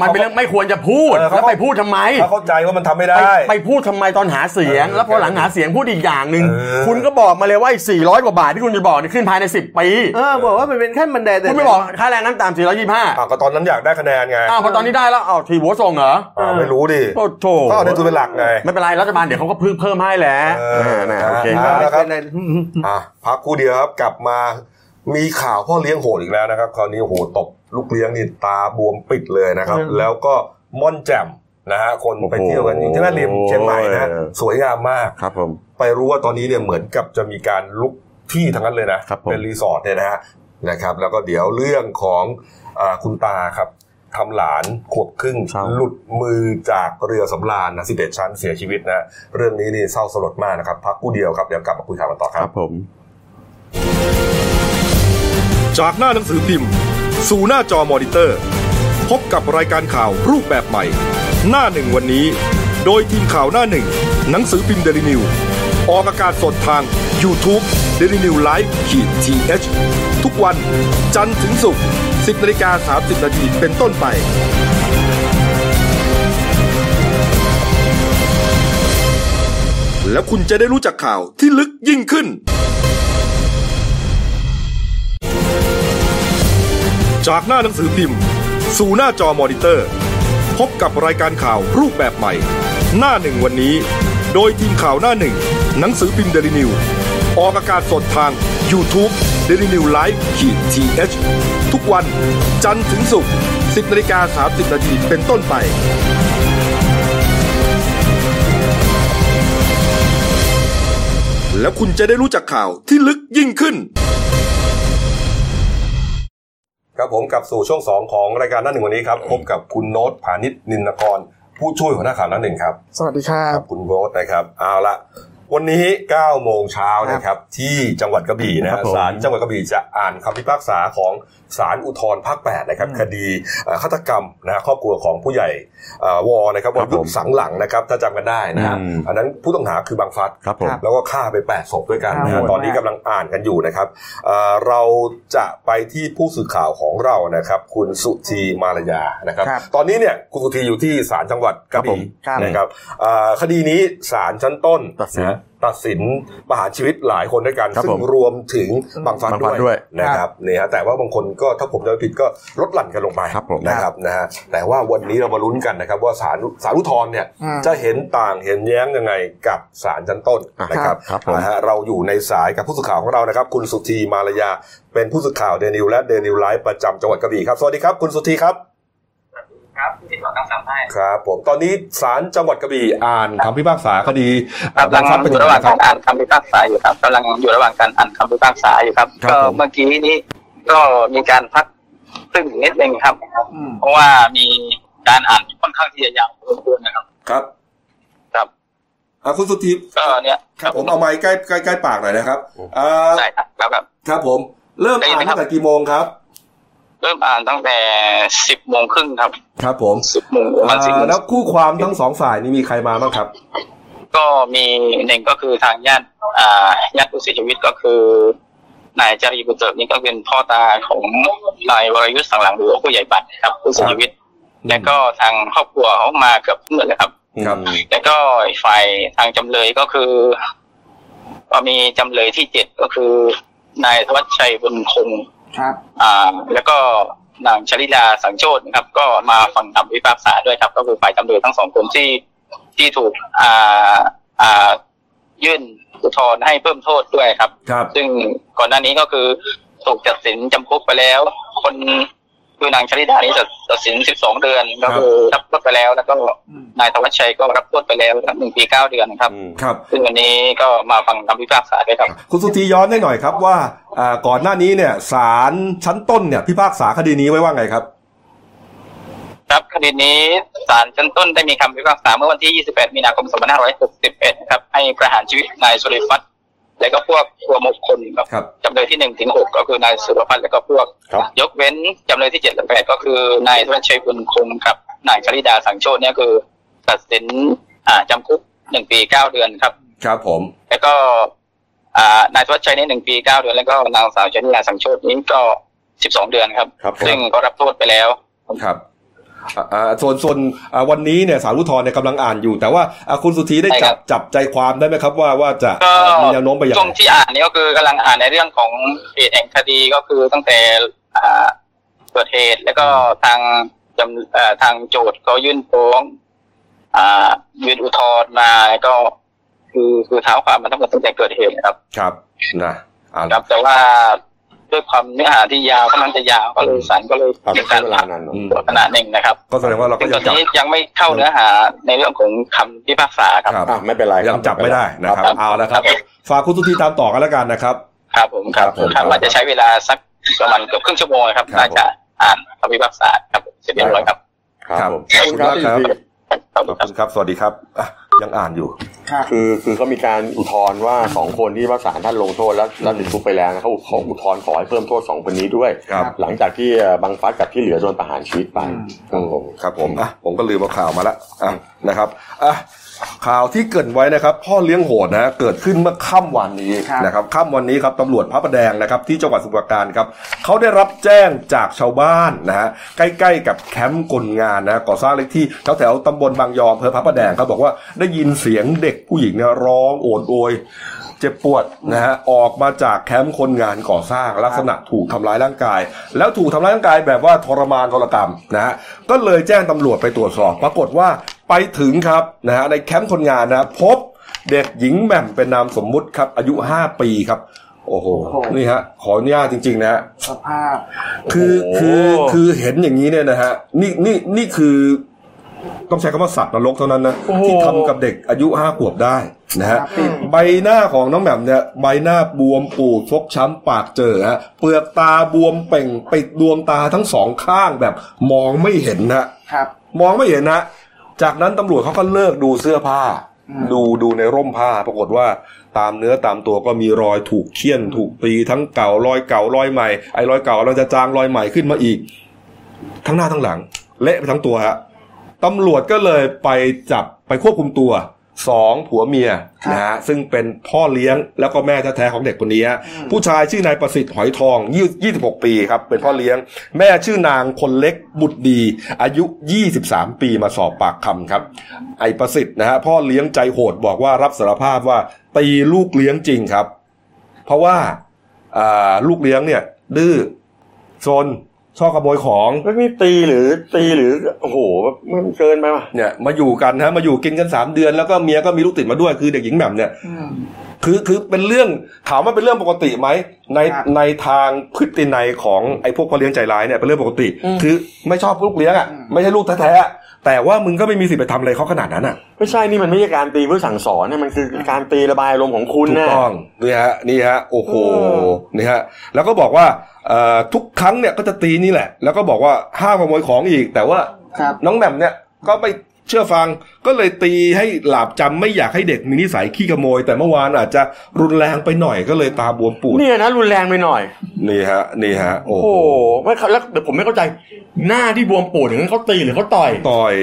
Speaker 2: มันเป็นเรื่องไม่ควรจะพูด
Speaker 1: เออเขา
Speaker 2: แล้ว
Speaker 1: ก็
Speaker 2: ไปพูดทำไม
Speaker 1: ถ้าเข้าใจว่ามันทำไม่ได้
Speaker 2: ไปไปพูดทำไมตอนหาเสียง
Speaker 1: เออ
Speaker 2: แล้วพอหลังหาเสียงพูดอีกอย่างหนึ่ง
Speaker 1: เออ
Speaker 2: คุณก็บอกมาเลยว่าไอ้400 กว่าบาทที่คุณจะบอกเนี่ยขึ้นภายใน 10 ปี
Speaker 3: เออบอกว่ามันเป็นขั้นบันไดแต่
Speaker 2: คุณไม่บอกค่าแรงนั้นตาม 425
Speaker 1: อ่ะก็ตอนนั้นอยากได้คะแนนไง
Speaker 2: อ้าวพอตอนนี้ได้แล้วอ้าวทีหัวส่งเหรอ
Speaker 1: อ่าไม่รู้ดิ
Speaker 2: โอ้โถ
Speaker 1: ก็เอาในทุนเป็นหลักไง
Speaker 2: ไม่เป็นไรรัฐบาลเดี๋ยวเขาก็เพิ่มเพิ่มให้แหละ
Speaker 1: เออ
Speaker 2: นะโอเค
Speaker 1: อ่านะครับ
Speaker 3: เป็นอะไร
Speaker 1: อ่ะพักครู่เดียวครับกลับมามีข่าวพ่อเลี้ยงโหดอีกแล้วนะครับ คราวนี้โอ้โหตบลูกเลี้ยงนี่ตาบวมปิดเลยนะครับ แล้วก็ม่อนแจ่มนะฮะคนไปเที่ยวกันอยู่ที่แม่ริมเชียงใหม่นะฮะสวยงามมาก
Speaker 2: ครับผม
Speaker 1: ไปรู้ว่าตอนนี้เนี่ยเหมือนกับจะมีการลุกที่ทั้งนั้นเลยนะครับ
Speaker 2: ผม
Speaker 1: เป็นรีสอร์ทเนี่ยนะฮะนะครับ แล้วก็เดี๋ยวเรื่องของอาคุณตาครับทำหลานขวบครึ่งหลุดมือจากเรือสำราญนะสิเดชั้นเสียชีวิตนะเรื่องนี้นี่เศร้าสลดมากนะครับพักกูเดียวครับเดี๋ยวกลับมาคุยข่าวกันต่อค
Speaker 2: ครับ รับผม
Speaker 4: จากหน้าหนังสือพิมพ์ สู่หน้าจอมอนิเตอร์ พบกับรายการข่าวรูปแบบใหม่ หน้าหนึ่งวันนี้ โดยทีมข่าวหน้าหนึ่ง หนังสือพิมพ์เดลิวิวออกอากาศสดทาง y o u t u เด d ิวิวไลฟ์ขีดทีเทุกวัน จันทร์ถึงศุกร์10นาฬิกา30นาทีเป็นต้นไป แล้วคุณจะได้รู้จักข่าวที่ลึกยิ่งขึ้น จากหน้าหนังสือพิมพ์ สู่หน้าจอมอนิเตอร์ พบกับรายการข่าวรูปแบบใหม่ หน้าหนึ่งวันนี้ โดยทีมข่าวหน้าหนึ่ง หนังสือพิมพ์เดลิวิวออกอากาศสดทาง y o u t u เด d ิวิวไลฟ์ขีดทีเทุกวัน จันทร์ถึงศุกร์10นาฬิกา30นาทีเป็นต้นไป แล้วคุณจะได้รู้จักข่าวที่ลึกยิ่งขึ้น
Speaker 1: ครับผมกลับสู่ช่วง 2 ของรายการหน้าหนึ่งวันนี้ครับ พบกับคุณโน้ตผานิชนินนกร ผู้ช่วยหัวหน้าข่าวหน้าหนึ่งครับ
Speaker 3: สวัสดีครับ
Speaker 1: คุณโน้ตนะครับเอาละวันนี้9โมงเช้านะครับ ที่จังหวัดกระบี่นะ
Speaker 2: ครั
Speaker 1: ฮะ
Speaker 2: บผม
Speaker 1: ศาลจังหวัดกระบี่จะอ่านคำพิพากษาของศาลอุทธรภาค8นะครับ คดีเอ่อฆาตกรรมนะฮะครอบครัวของผู้ใหญ่เอ่อวอนะครับวอยุทธสังหลังนะครับถ้าจำกันได้นะฮะ
Speaker 2: อืม
Speaker 1: อันนั้นผู้ต้องหาคือบางฟัด
Speaker 2: ครับผม
Speaker 1: แล้วก็ฆ่าไป8ศพด้วยกันนะ
Speaker 3: ครั
Speaker 1: ฮะ
Speaker 3: บ
Speaker 1: ตอนนี้กำลังอ่านกันอยู่นะครับเอ่อเราจะไปที่ผู้สื่อข่าวของเรานะครับ คุณสุธีมารยานะครับ
Speaker 3: ครับ
Speaker 1: ตอนนี้เนี่ยคุณสุธีอยู่ที่ศาลจังหวัดกระบี่
Speaker 3: ครับผม
Speaker 1: นะครับเอ่อคดีนี้ศาลชั้นต้น
Speaker 2: ตัดสิน
Speaker 1: นะตัดสินประหารชีวิตหลายคนด้วยกัน
Speaker 2: ครับ
Speaker 1: ซึ่
Speaker 2: ผ
Speaker 1: ง
Speaker 2: ม
Speaker 1: รวมถึงบางฟัน
Speaker 2: บังฟั
Speaker 1: ด้
Speaker 2: ด
Speaker 1: วย
Speaker 2: ด้วย
Speaker 1: นะครับเนี่ยฮะแต่ว่าบางคนก็ถ้าผมจำไม่ผิดก็ลดหลั่นกันลงไป
Speaker 2: ครับผม
Speaker 1: นะครับนะฮะแต่ว่าวันนี้เรามาลุ้นกันนะครับ ว่าศาลศาลอุทธรณ์เนี่ย
Speaker 3: อืม
Speaker 1: จะเห็นต่างเห็นแย้งยังไงกับศาลชั้นต้น
Speaker 2: อ่ะ
Speaker 1: นะครับ
Speaker 2: ครับผม
Speaker 1: นะฮะเราอยู่ในสายกับผู้สื่อข่าวของเรานะครับ คุณสุธีมารยา เป็นผู้สื่อข่าวเดนิวและเดนิวไลฟ์ประจำจังหวัดกระบี่ครับสวัสดีครับคุณสุธีครับ
Speaker 5: ครับติดต่อทั้งสามท่าน
Speaker 1: ครับ ผมตอนนี้ศาลจังหวัดกระบี่อ่านคำพิพากษาคดี
Speaker 5: กำลัง
Speaker 1: ทรัพย์
Speaker 5: อ
Speaker 1: เป็น
Speaker 5: ยู่ระหว่างการอ่านคำพิพากษาอยู่ครับกำลังอยู่ระหว่างการอ่านคำพิพากษาอยู่ครับ
Speaker 2: ครับ
Speaker 5: ก็
Speaker 2: ผม
Speaker 5: เมื่อกี้นี้ก็มีการพักซึ่งนิดนึงครับ เพราะว่ามีการอ่านค่อนข้างที่จะยาวพอสมควรนะครับ
Speaker 1: ครับ
Speaker 5: ครับ
Speaker 1: อ่ะคุณสุทีพ
Speaker 5: ก็เนี่ย
Speaker 1: ครับผมเอาไม้ใกล้ใกล้ใกล้ปากหน่อยนะครับอ่า
Speaker 5: ได้ครับครับครับ
Speaker 1: ครับผมเริ่ม
Speaker 5: ได้ยิ
Speaker 1: อ่าน น
Speaker 5: ไหมครั
Speaker 1: ตั้ง
Speaker 5: บ
Speaker 1: แต่กี่โมงครับ
Speaker 5: เริ่มอ่านตั้งแต่สิบโมงครึ่งครับ
Speaker 1: ครับผม
Speaker 5: สิบโมงประมาณสิบโม
Speaker 1: อ่าง แล้วคู่ความทั้งสองฝ่ายนี่มีใครมาบ้างครับ
Speaker 5: ก็มีหนึ่งก็คือทางญาติอ่าญาติผู้เสียชีวิตก็คือนายจารีบุญเติบนี่ก็เป็นพ่อตาของนายวรยุทธ์สังหลังหรือว่าผู้ใหญ่บัตรนะครับผู้เสียชีวิต แล้วก็ทางครอบครัวเขามาเกือบทั้งหมดเลยครับ
Speaker 1: ครับ
Speaker 5: แล้วก็อีกฝ่ายทางจำเลยก็คือก็มีจำเลยที่เจ็ดก็คือนายธวัชชัยบุญคง
Speaker 2: ครับ
Speaker 5: อ่า แล้วก็นางชลิดาสังโชตนะครับ ก็มาฟังคำพิพากษาด้วยครับ ก็คือฝ่ายจำเลยทั้งสองคนที่ที่ถูกอ่าอ่ายื่นอุทธรณ์ให้เพิ่มโทษด้วยครับ
Speaker 1: ครับ
Speaker 5: ซึ่งก่อนหน้านี้ก็คือถูกตัดสินจำคุกไปแล้ว คนคือนางชลิดานี่ตัดตัดสิน 12 เดือนก็คือรับโทษไปแล้ว แล้วก็นายธวัชชัยก็รับโทษไปแล้วครับหนึ่งปีเก้าเดือนครับ
Speaker 1: ครับ
Speaker 5: ซึ่งวันนี้ก็มาฟังคำพิพากษาด้วยครับ
Speaker 1: คุณสุธีย้อนได้หน่อยครับว่าอ่าก่อนหน้านี้เนี่ยศาลชั้นต้นเนี่ยพิพากษาคดีนี้ไว้ว่าไงครับ
Speaker 5: ครับคดีนี้ศาลชั้นต้นได้มีคำพิพากษาเมื่อวันที่ 28 มีนาคม 2561นะครับให้ประหารชีวิตนายสุริฟัตและก็พวกรวมหกคนครับ
Speaker 1: ครับ
Speaker 5: จำเลยที่หนึ่งถึงหกก็คือนายสุรพัฒน์และก็พวก
Speaker 2: ครับ
Speaker 5: ยกเว้นจำเลยที่เจ็ดและแปดก็คือนายธวัชชัยบุญคงกับนายชลิดาสังโชตเนี่ยคือตัดสินอ่าจำคุกหนึ่งปีเก้าเดือนครับ
Speaker 1: ครับผม
Speaker 5: แล้วก็อ่านายธวัชชัยนี่หนึ่งปีเก้าเดือน แล้วก็นางสาวชลิดาสังโชตนี้ก็สิบสองเดือนครับ
Speaker 2: ครับผม
Speaker 5: ซึ่งก็รับโทษไปแล้ว
Speaker 1: ครับอ่าอ่าส่วนส่วนอ่าวันนี้เนี่ยสารอุทธรณ์เนี่ยกำลังอ่านอยู่ แต่ว่าอ่าคุณสุธีได้
Speaker 5: ใช่ค
Speaker 1: จั
Speaker 5: รั
Speaker 1: บบ จับใจความได้ไหมครับว่าว่าจะ
Speaker 5: ก็
Speaker 1: มีแนวโน้มไปอย่าง
Speaker 5: ช่วง
Speaker 1: ไร
Speaker 5: ที่อ่านนี่ก็คือกำลังอ่านในเรื่องของเหตุแห่งคดีก็คือตั้งแต่อ่าเกิดเหตุแล้วก็ทางจำเอ่อทางโจทย์เขายื่นฟ้องอ่ายื่นอุทธรณ์มาแล้วก็ คือคือเท้าความมันทั้งหมดตั้งแต่เกิดเหตุนะครับ
Speaker 1: ครับนะอ่า
Speaker 5: ครับ แต่ว่าด้วยความเนื้อหาที่ยาวก็มันจะยาวก็เลยสารก็เลยเป็นการอ่าน
Speaker 1: อืม
Speaker 5: ขนาดหนึ่งนะครับ
Speaker 1: ก็แสดงว่าเรา
Speaker 5: ซึ่
Speaker 1: ก็
Speaker 5: งต
Speaker 1: ยั
Speaker 5: อง น
Speaker 1: จับ
Speaker 5: นี้ยังไม่เข้าเนื้อหาในเรื่องของคำพิพากษาครับ
Speaker 1: ครับ
Speaker 2: อ่ะไม่เป็นไรครั
Speaker 1: ยังจับไม่ได้นะครับเอาละครับ ฝากคุณสุธีตามต่อกันแล้วกันนะครับ
Speaker 5: ครับผมครับ
Speaker 1: ครับผม
Speaker 5: ครับอาจจะใช้เวลาสักประมาณเกือบครึ่งชั่วโมงครับ
Speaker 1: ครับ
Speaker 5: น่าจะอ่านคำพิพากษาครับผมเสร็จเรียบร้อยครับ
Speaker 2: ครับผม
Speaker 1: ขอบคุณครับ
Speaker 5: ขอบ
Speaker 1: ข
Speaker 5: คุ
Speaker 1: อบ
Speaker 5: ณครับ
Speaker 1: คุณครับ สวัสดีครับอ่ะยังอ่านอยู่
Speaker 2: คือคือเขามีการอุทธรณ์ว่าสองคนที่ว่าศาลท่านลงโทษแล้วแล้วติดคุกไปแล้วนะเขาเขาอุทธรณ์ขอให้เพิ่มโทษสองคนนี้ด้วย
Speaker 1: ครับ
Speaker 2: หลังจากที่บังฟัดกับที่เหลือโดนประหารชีวิตไปครับผม
Speaker 1: ครับผมอ่ะผมก็ลืมเอาข่าวมาละอ่ะนะครับอ่ะข่าวที่เกริดไว้นะครับ พ่อเลี้ยงโหดนะเกิดขึ้นเมื่อค่ำวันนี้นะครับค่ำวันนี้ครับตำรวจพระประแดงนะครับ ที่จังหวัดสมุทรปราการครับเขาได้รับแจ้งจากชาวบ้านนะฮะใกล้ๆกับแคมป์คนงานนะก่อสร้างเล็กที่แถวๆตำบลบางยอมอำเภอพระประแดงเขาบอกว่าได้ยินเสียงเด็กผู้หญิงเนี่ยร้องโอดโอย เจ็บปวดนะฮะออกมาจากแคมป์คนงานก่อสร้างลักษณะถูกทำร้ายร่างกาย แล้วถูกทำร้ายร่างกายแบบว่าทรมานทรกรรมนะฮะก็เลยแจ้งตำรวจไปตรวจสอบ ปรากฏว่าไปถึงครับนะฮะในแคมป์คนงานนะพบเด็กหญิงแหม่มเป็นนามสมมุติครับ อายุ 5 ปีครับ โอ้โห นี่ฮะขออนุญาตจริง ๆ นะฮะ
Speaker 3: สภาพ
Speaker 1: คือ
Speaker 2: โอ้โห
Speaker 1: คือคือเห็นอย่างนี้เนี่ยนะฮะนี่นี่นี่คือต้องใช้คำว่าสัตว์นรกเท่านั้นนะ
Speaker 3: โอ้โห
Speaker 1: ที่ทำกับเด็กอายุห้าขวบได้นะฮะใบหน้าของน้องแหม่มเนี่ยใบหน้าบวมปูดฟกช้ำปากเจอฮะเปลือกตาบวมเป่งปิดดวงตาทั้งสองข้างแบบมองไม่เห็นนะ
Speaker 3: ครับ
Speaker 1: มองไม่เห็นนะ จากนั้นตำรวจเขาก็เลิกดูเสื้อผ้า ดูดูในร่มผ้า ปรากฏว่าตามเนื้อตามตัวก็มีรอยถูกเคี่ยน ถูกตีทั้งเก่ารอยเก่ารอยใหม่ ไอ้รอยเก่าเราจะจางรอยใหม่ขึ้นมาอีก ทั้งหน้าทั้งหลัง เละไปทั้งตัวฮะตำรวจก็เลยไปจับไปควบคุมตัวสองผัวเมียนะฮะซึ่งเป็นพ่อเลี้ยงแล้วก็แม่แท้ๆของเด็กคนนี้ฮะผู้ชายชื่อนายประสิทธิ์หอยทองยี่26 ปีครับ เป็นพ่อเลี้ยง แม่ชื่อนางคนเล็กบุตรดี อายุ 23 ปีมาสอบปากคำครับ ไอประสิทธิ์นะฮะพ่อเลี้ยงใจโหดบอกว่ารับสารภาพว่าตีลูกเลี้ยงจริงครับ เพราะว่าอ่าลูกเลี้ยงเนี่ย ดื้อซนชอบขโมยของ
Speaker 2: แล้วนี่ตีหรือตีหรือโอ้โหมันเกินไปว่ะ
Speaker 1: เนี่ยมาอยู่กันนะมาอยู่กินกันสามเดือนแล้วก็เมียก็มีลูกติดมาด้วยคือเด็กหญิงแหม่มเนี่ยคือคือเป็นเรื่องถามว่าเป็นเรื่องปกติไหมใน
Speaker 3: ครับ
Speaker 1: ในทางพฤตินัยของไอ้พวกพ่อเลี้ยงใจร้ายเนี่ยเป็นเรื่องปกติ คือไม่ชอบลูกเลี้ยงอ่ะไม่ใช่ลูกแท้ๆอะแต่ว่ามึงก็ไม่มีสิทธิ์ไปทำอะไรเขาขนาดนั้นอ่ะ
Speaker 2: ไม่ใช่นี่มันไม่ใช่การตีเพื่อสั่งสอนนะมันคือการตีระบายอารมณ์ของคุณ
Speaker 1: ถูก
Speaker 2: นะ
Speaker 1: ต้องนี่ฮะนี่ฮะโอ้โห
Speaker 2: เออ
Speaker 1: นี่ฮะแล้วก็บอกว่าเอ่อทุกครั้งเนี่ยก็จะตีนี่แหละ แล้วก็บอกว่าห้ามขโมยของอีก แต่ว่า
Speaker 3: ครับ
Speaker 1: น้องแหม่มเนี่ยก็ไม่ เชื่อฟังก็เลยตีให้หลาบจำไม่อยากให้เด็กมีนิสัยขี้ขโมย แต่เมื่อวานอาจจะรุนแรงไปหน่อยก็เลยตาบวมปูด
Speaker 2: เนี่ยนะรุนแรงไปหน่อย
Speaker 1: นี่ฮะ นี่ฮะ โอ้
Speaker 2: โอ้
Speaker 1: โห
Speaker 2: โหไม่เข้าแล้วเดี๋ยวผมไม่เข้าใจ หน้าที่บวมปูดอย่างนั้นเขาตีหรือเขาต่อย
Speaker 1: ต่อย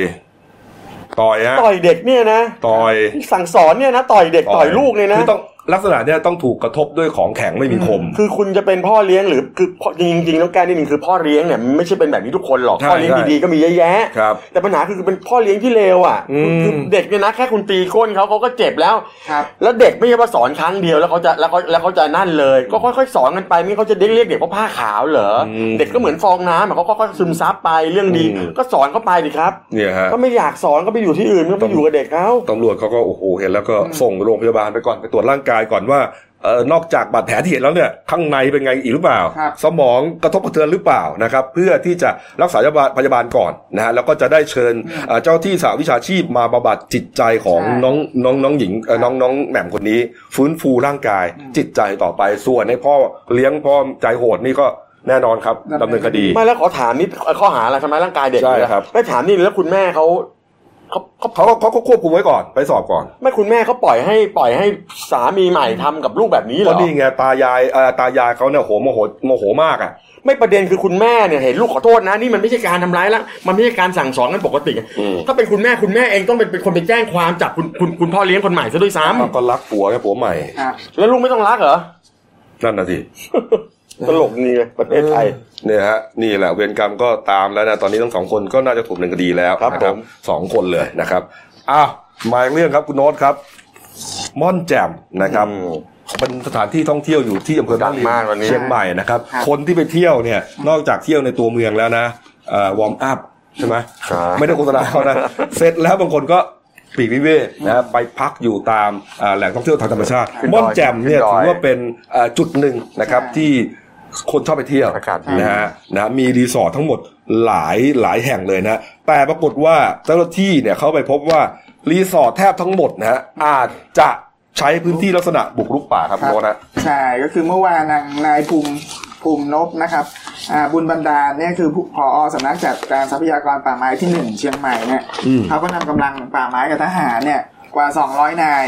Speaker 1: ต่อยฮะ
Speaker 2: ต่อยเด็กเนี่ยนะ
Speaker 1: ต่อย
Speaker 2: สั่งสอนเนี่ยนะต่อยเด็กต่อยลูกเนี่ยนะ
Speaker 1: คือต้องลักษณะเนี้ยต้องถูกกระทบด้วยของแข็งไม่มีคม
Speaker 2: คือคุณจะเป็นพ่อเลี้ยงหรือคือพ่อจริงๆจริงๆต้องแก้นิดนึงคือพ่อเลี้ยงเนี่ยมันไม่ใช่เป็นแบบนี้ทุกคนหรอก
Speaker 1: ใช่
Speaker 2: พ่อเลี้ยง
Speaker 1: ใช่
Speaker 2: ดีๆก็มีเยอะแยะ
Speaker 1: ครับ
Speaker 2: แต่ปัญหาคือคือเป็นพ่อเลี้ยงที่เลวอ่ะ
Speaker 1: อืม
Speaker 2: คือเด็กเนี่ยนะแค่คุณตีก้นเขาเขาก็เจ็บแล้ว
Speaker 6: ครับ
Speaker 2: แล้วเด็กไม่ใช่ว่าสอนครั้งเดียวแล้วเขาจะแล้วเขาแล้วเขาจะนั่นเลย ก็ค่อยๆสอนกันไปไม่เขาจะเด็กเรียกเด็กว่าผ้าขาวเหรออ
Speaker 1: ม
Speaker 2: เด็กก็เหมือนฟองน้ำอะเขาก็ค่อยๆซึมซับไปเรื่องดี
Speaker 1: อืม
Speaker 2: ก็สอนเขาไปดิครับ
Speaker 1: เนี่ยฮะ
Speaker 2: ก็ไม่อยากสอนก็ไปอยู่ที่อื่นก็ไปอยู่กับเด็กเขา
Speaker 1: ตำรวจเขาก็โอ้โหเห็นแล้วก็ส่งโรงพยาบาลไปก่อนไปตรวจร่างกายก่อนว่าเออนอกจากบาดแผลที่เห็นแล้วเนี่ยข้างในเป็นไงอีกหรือเปล่า
Speaker 6: ครับ
Speaker 1: สมองกระทบกระเทือนหรือเปล่านะครับเพื่อที่จะรักษาพยาบาลพยาบาลก่อนนะฮะแล้วก็จะได้เชิญเอ่อเจ้าที่สหวิชาชีพมาบำบัดจิตใจของ
Speaker 6: ใช่
Speaker 1: น้องน้องน้องหญิงเอ่อ
Speaker 6: ครับ
Speaker 1: น้องน้องแหม่มคนนี้ ฟื้นฟูร่างกาย
Speaker 6: อืม
Speaker 1: จิตใจต่อไปส่วนในพ่อเลี้ยงพ่อใจโหดนี่ก็แน่นอนครับ
Speaker 6: ดำ
Speaker 1: ดำ
Speaker 6: เนิ
Speaker 1: เนิ
Speaker 6: น
Speaker 1: น
Speaker 6: ค
Speaker 1: ค
Speaker 6: ดี
Speaker 1: ดี
Speaker 2: ไม่แล้วขอถามนี่ข้อหาอะไรทำร้ายร่างกายเด็ก
Speaker 1: ใช่ครับ
Speaker 2: ไม่ถามนี่แล้วคุณแม่เขาเขาเขา
Speaker 1: เขาก็เขาก็ควบคุมไว้ก่อนไปสอบก่อน
Speaker 2: ไม่คุณแม่เขาปล่อยให้ปล่อยให้สามีใหม่ทำกับลูกแบบนี้เหร
Speaker 1: ก็
Speaker 2: อ
Speaker 1: นี่ไงตายายเอ่อตายายเขาเนี่ยโหโมโหโมโหมากอ่ะ
Speaker 2: ไม่ประเด็นคือคุณแม่เนี่ยเห็นลูกขอโทษนะนี่มันไม่ใช่การทำร้ายละมันไม่ใช่การสั่งสอนกันปกติ
Speaker 1: อืม
Speaker 2: ถ้าเป็นคุณแม่คุณแม่เองต้องเป็นเป็นคนไปแจ้งความจับคุณคุณคุณพ่อเลี้ยงคนใหม่ซะด้วยซ้
Speaker 1: ก็รักผัวไงผัวใหม่
Speaker 6: ครับ
Speaker 2: ำแล้วลูกไม่ต้องรักเหรอ
Speaker 1: นั่นนะสิ
Speaker 2: ตลกนี่เลยประเทศไทย
Speaker 1: เนี่ยฮะนี่แหละเวรกรรมก็ตามแล้วนะตอนนี้ทั้งสองคนก็น่าจะถูกดำเนินคดีแล้ว
Speaker 2: ครับ
Speaker 1: นะ
Speaker 2: ผม
Speaker 1: สองคนเลยนะครับอ้าวมาอีกเรื่องครับคุณโน้ตครับ ม่อนแจ่มนะครับเป็นสถานที่ท่องเที่ยวอยู่ที่อำเภอบ้านเรีย
Speaker 2: ดังมากตอน
Speaker 1: ง
Speaker 2: นี้
Speaker 1: เชียงใหม่นะครับ
Speaker 6: ครับ
Speaker 1: คนที่ไปเที่ยวเนี่ยนอกจากเที่ยวในตัวเมืองแล้วนะวอร์มอัพใช่ไหม ไม่ได้โฆษณาเขา นะ เสร็จแล้วบางคนก็ปลีกวิเวกนะไปพักอยู่ตามอ่าแหล่งท่องเที่ยวทางธรรมชาติ
Speaker 2: ขึ้นดอย
Speaker 1: ม่อนแจ่มเนี่ย
Speaker 2: ขึ้นดอย
Speaker 1: ถือว่าเป็นอ่าจุดหนึ่งนะครับ
Speaker 6: ใช่
Speaker 1: ที่คนชอบไปเที่ยว
Speaker 2: อากาศดี
Speaker 1: นะฮะนะมีรีสอร์ททั้งหมดหลายหลายแห่งเลยนะแต่ปรากฏว่าเจ้าหน้าที่เนี่ยเขาไปพบว่ารีสอร์ทแทบทั้งหมดนะฮะอาจจะใช้พื้นที่ลักษณะบุกรุกป่าครับ
Speaker 6: ครั
Speaker 1: โน้ตนะ
Speaker 6: ใช่ก็คือเมื่อวานนางนายภูมิภูมินพนะครับอ่าบุญบรรดาลเนี่ยคือผู้ผอสำนักจัดการทรัพยากรป่าไม้ที่หนึ่งเชียงใหม่เนี่ย
Speaker 1: อืม
Speaker 6: เขาก็นำกำลังป่าไม้กับทหารเนี่ยกว่า 200 นาย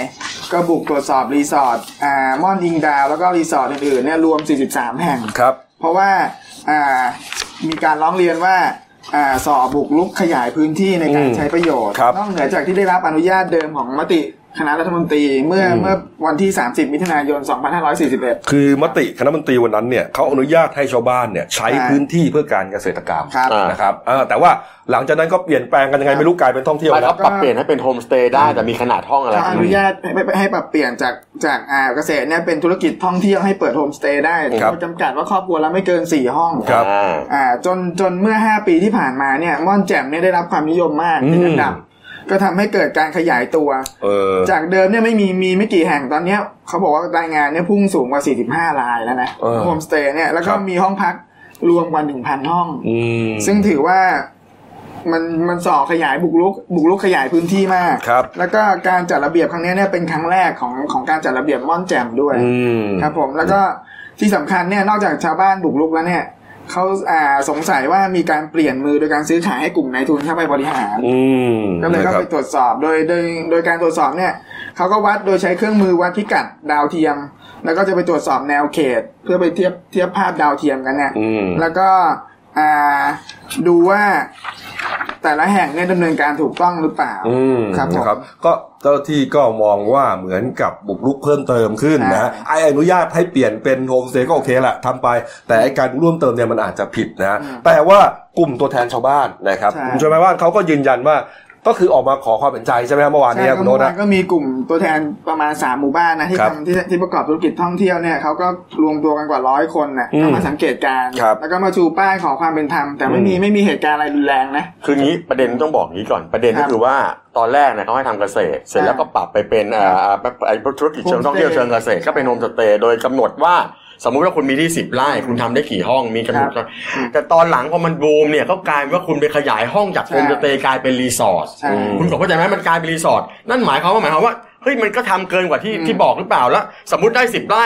Speaker 6: ก็บุกตรวจสอบรีสอร์ทอ่าม่อนอิงดาวแล้วก็รีสอร์ทอื่นๆเนี่ยรวม 43 แห่ง
Speaker 1: ครับ
Speaker 6: เพราะว่าอ่ามีการร้องเรียนว่าอ่าสอบุกลุกขยายพื้นที่ในการ
Speaker 1: อืม
Speaker 6: ใช้ประโยชน์
Speaker 1: ครับ
Speaker 6: นอกเหนือจากที่ได้รับอนุญาตเดิมของมติคณะรัฐมนตรีเมื่อ
Speaker 1: อืม
Speaker 6: เมื่อวันที่ 30 มิถุนายน 2541
Speaker 1: คือมติคณะมนตรีวันนั้นเนี่ยเขาอนุญาตให้ชาวบ้านเนี่ยใช้
Speaker 6: ใช่
Speaker 1: พื้นที่เพื่อการเกษตรกรรม
Speaker 6: ครับ
Speaker 2: อ่า
Speaker 1: นะครับเออแต่ว่าหลังจากนั้นก็เปลี่ยนแปลงกันยังไง
Speaker 6: ครับ
Speaker 1: ไม่รู้กลายเป็นท่องเที่ยว
Speaker 2: ไป
Speaker 1: แล้ว
Speaker 2: ครับปรับเปลี่ยนให้เป็นโฮมสเตย์ได้แต่มีขนาดห้องอะไร
Speaker 6: เขาอนุญาตให้ให้ให้ปรับเปลี่ยนจากจากอ่าเกษตรเนี่ยเป็นธุรกิจท่องเที่ยวให้เปิดโฮมสเตย์ได้
Speaker 1: ครับ
Speaker 6: โดยจำกัดว่าครอบครัวละไม่เกิน 4 ห้อง
Speaker 1: ครับ
Speaker 6: อ่าจนจนเมื่อ 5 ปีที่ผ่านมาเนี่ยม่อนแจ่มเนี่ยได้รับความนิยมมากเป็นอันดับ ก็ทำให้เกิดการขยายตัว
Speaker 1: เออ
Speaker 6: จากเดิมเนี่ยไม่มีมีไม่กี่แห่งตอนเนี้ยเขาบอกว่ารายงานเนี่ยพุ่งสูงกว่า 45รายแล้วนะ
Speaker 1: เออ
Speaker 6: โฮมสเตย์เนี่ยแล้วก็
Speaker 1: ครับ
Speaker 6: มีห้องพักรวมกว่า 1,000 ห้อง
Speaker 1: อืม
Speaker 6: ซึ่งถือว่ามันมันส่อขยายบุกรุกบุกรุกขยายพื้นที่มาก
Speaker 1: ครับ
Speaker 6: แล้วก็การจัดระเบียบครั้งเนี้ยเนี่ยเป็นครั้งแรกของของการจัดระเบียบม่อนแจ่มด้วย
Speaker 1: อืม
Speaker 6: ครับผมแล้วก็ที่สำคัญเนี่ยนอกจากชาวบ้านบุกรุกแล้วเนี่ยเขาอ่าสงสัยว่ามีการเปลี่ยนมือโดยการซื้อขายให้กลุ่มนายทุนเข้าไปบริหาร
Speaker 1: อืม
Speaker 6: ก็เลย
Speaker 1: นะ
Speaker 6: ก็
Speaker 1: ครั
Speaker 6: ไป
Speaker 1: บ
Speaker 6: ตรวจสอบโดยโดยโดยการตรวจสอบเนี่ยเขาก็วัดโดยใช้เครื่องมือวัดพิกัดดาวเทียม แล้วก็จะไปตรวจสอบแนวเขต เพื่อไปเทียบเทียบภาพดาวเทียมกันเนี่ย
Speaker 1: อืม
Speaker 6: แล้วก็อ่าดูว่าแต่ละแห่งเนี่ยดำเนินการถูกต้องหรือเปล่า
Speaker 1: อืม
Speaker 6: ครับผม
Speaker 1: นะครับ ก็เจ้าหน้าที่ก็มองว่าเหมือนกับบุกรุกเพิ่มเติมขึ้นนะฮะไออนุญาตให้เปลี่ยนเป็นโฮมสเตย์ก็โอเคแหละทำไป แต่ไอการร่วมเติมเนี่ยมันอาจจะผิดนะฮะ
Speaker 6: อืม
Speaker 1: แต่ว่ากลุ่มตัวแทนชาวบ้านนะครับ
Speaker 6: ใช่
Speaker 1: กลุ่มชาวบ้านเขาก็ยืนยันว่าก็คือออกมาขอความเห็นใจใช่ไหมครับเมื่อวาน
Speaker 6: ใช่
Speaker 1: เนี้
Speaker 6: ครับ
Speaker 1: คุณ
Speaker 6: เมื่
Speaker 1: โน้ต
Speaker 6: อวา
Speaker 1: นะ
Speaker 6: นก็มีกลุ่มตัวแทนประมาณสามหมู่บ้านนะที่
Speaker 1: ครับ
Speaker 6: ทำที่ที่ประกอบธุรกิจท่องเที่ยวเนี่ยเขาก็รวมตัวกันกว่าร้อยคนนะ
Speaker 1: อืม
Speaker 6: เข้ามาสังเกตการณ์
Speaker 1: ครับ
Speaker 6: แล้วก็มาชูป้ายขอความเป็นธรรม แต่ไม่มี
Speaker 1: อืม
Speaker 6: ไม่มีเหตุการณ์อะไรรุนแรงนะ
Speaker 2: คืองี้ประเด็นต้องบอกงี้ก่อนประเด็นก็
Speaker 6: ครับ
Speaker 2: คือว่าตอนแรกเนี่ยเขาให้ทำเกษตร เสร็จแล้วก็ปรับไปเป็นเอ่อเอ่อไอ้ธุรกิจเชิง
Speaker 6: Homestay
Speaker 2: ท่องเที่ยวเชิงเกษตรก็เป็นโฮมสเตย์โดยกำหนดว่าสมมุติว่าคุณมีที่สิบไร่คุณทำได้กี่ห้องมีกำหนด
Speaker 6: ครับ
Speaker 2: แต่ตอนหลังพอมันบูมเนี่ยก็กลายเป็นว่าคุณไปขยายห้องจาก
Speaker 6: ใช่
Speaker 2: โฮมสเตย์กลายเป็นรีสอร์ท
Speaker 6: ใช่
Speaker 2: คุณกบเข้าใจไหมมันกลายเป็นรีสอร์ทนั่นหมายความว่าหมายความว่าเฮ้ยมันก็ทำเกินกว่าที่
Speaker 6: อืม
Speaker 2: ที่บอกหรือเปล่าแล้ว สมมติได้สิบไร่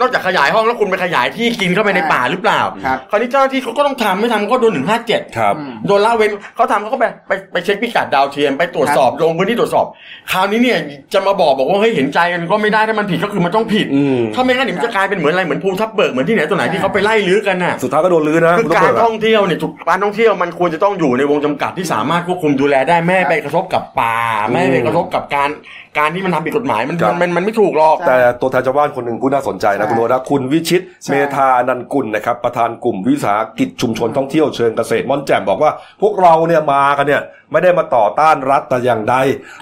Speaker 2: นอกจากขยายห้องแล้วคุณไปขยายที่กินเข้าไปในป่าหรือเปล่า
Speaker 6: ครับ
Speaker 2: คราวนี้เจ้าหน้าที่เขาก็ต้องทำไม่ทำก็โดนหนึ่งห้าเจ็ด
Speaker 1: ครับ
Speaker 2: โดนละเว้นเขาทำเขาก็ไปไปไปเช็คพิกัดดาวเทียมไปตรวจสอบลงพื้นที่ตรวจสอบ คราวนี้เนี่ยจะมาบอกบอกว่าเฮ้ยเห็นใจกันก็ไม่ได้ถ้ามันผิดก็คือมันต้องผิด
Speaker 1: อืม
Speaker 2: ถ้าไม่งั้นเดี๋ยวมันจะกลายเป็นเหมือนอะไรเหมือนภูทับเบิกเหมือนที่ไหนตัวไหนที่เขาไปไล่ลื้อกันน่ะ
Speaker 1: สุดท้ายก็โดนลื้อนะ
Speaker 2: คือ
Speaker 1: คุณตำ
Speaker 2: กาว
Speaker 1: จ
Speaker 2: ร
Speaker 1: อะ
Speaker 2: ท่องเที่ยวเนี่ยถูกการท่องเที่ยวมันควรจะต้องอยู่ในวงจำกัดที่สามารถควบคุมดูแลได้ไม่ให้ไปกระทบกับป่าไม่ให้ไปกระทบกับการการที่มันทำผิดกฎหมายมัน
Speaker 1: ครับ
Speaker 2: มันมันไม่ถูกหรอก
Speaker 1: แต่ตัวแทนชาวบ้านคนหนึ่งก็น่าสนใจนะ
Speaker 6: ใช่
Speaker 1: คุณโนนะคุณวิชิต
Speaker 6: ใช่
Speaker 1: เมธานันกุลนะครับประธานกลุ่มวิสาหกิจชุมชนท่องเที่ยวเชิงเกษตรม่อนแจ่มบอกว่า พวกเราเนี่ยมากันเนี่ยไม่ได้มาต่อต้านรัฐแต่อย่างใด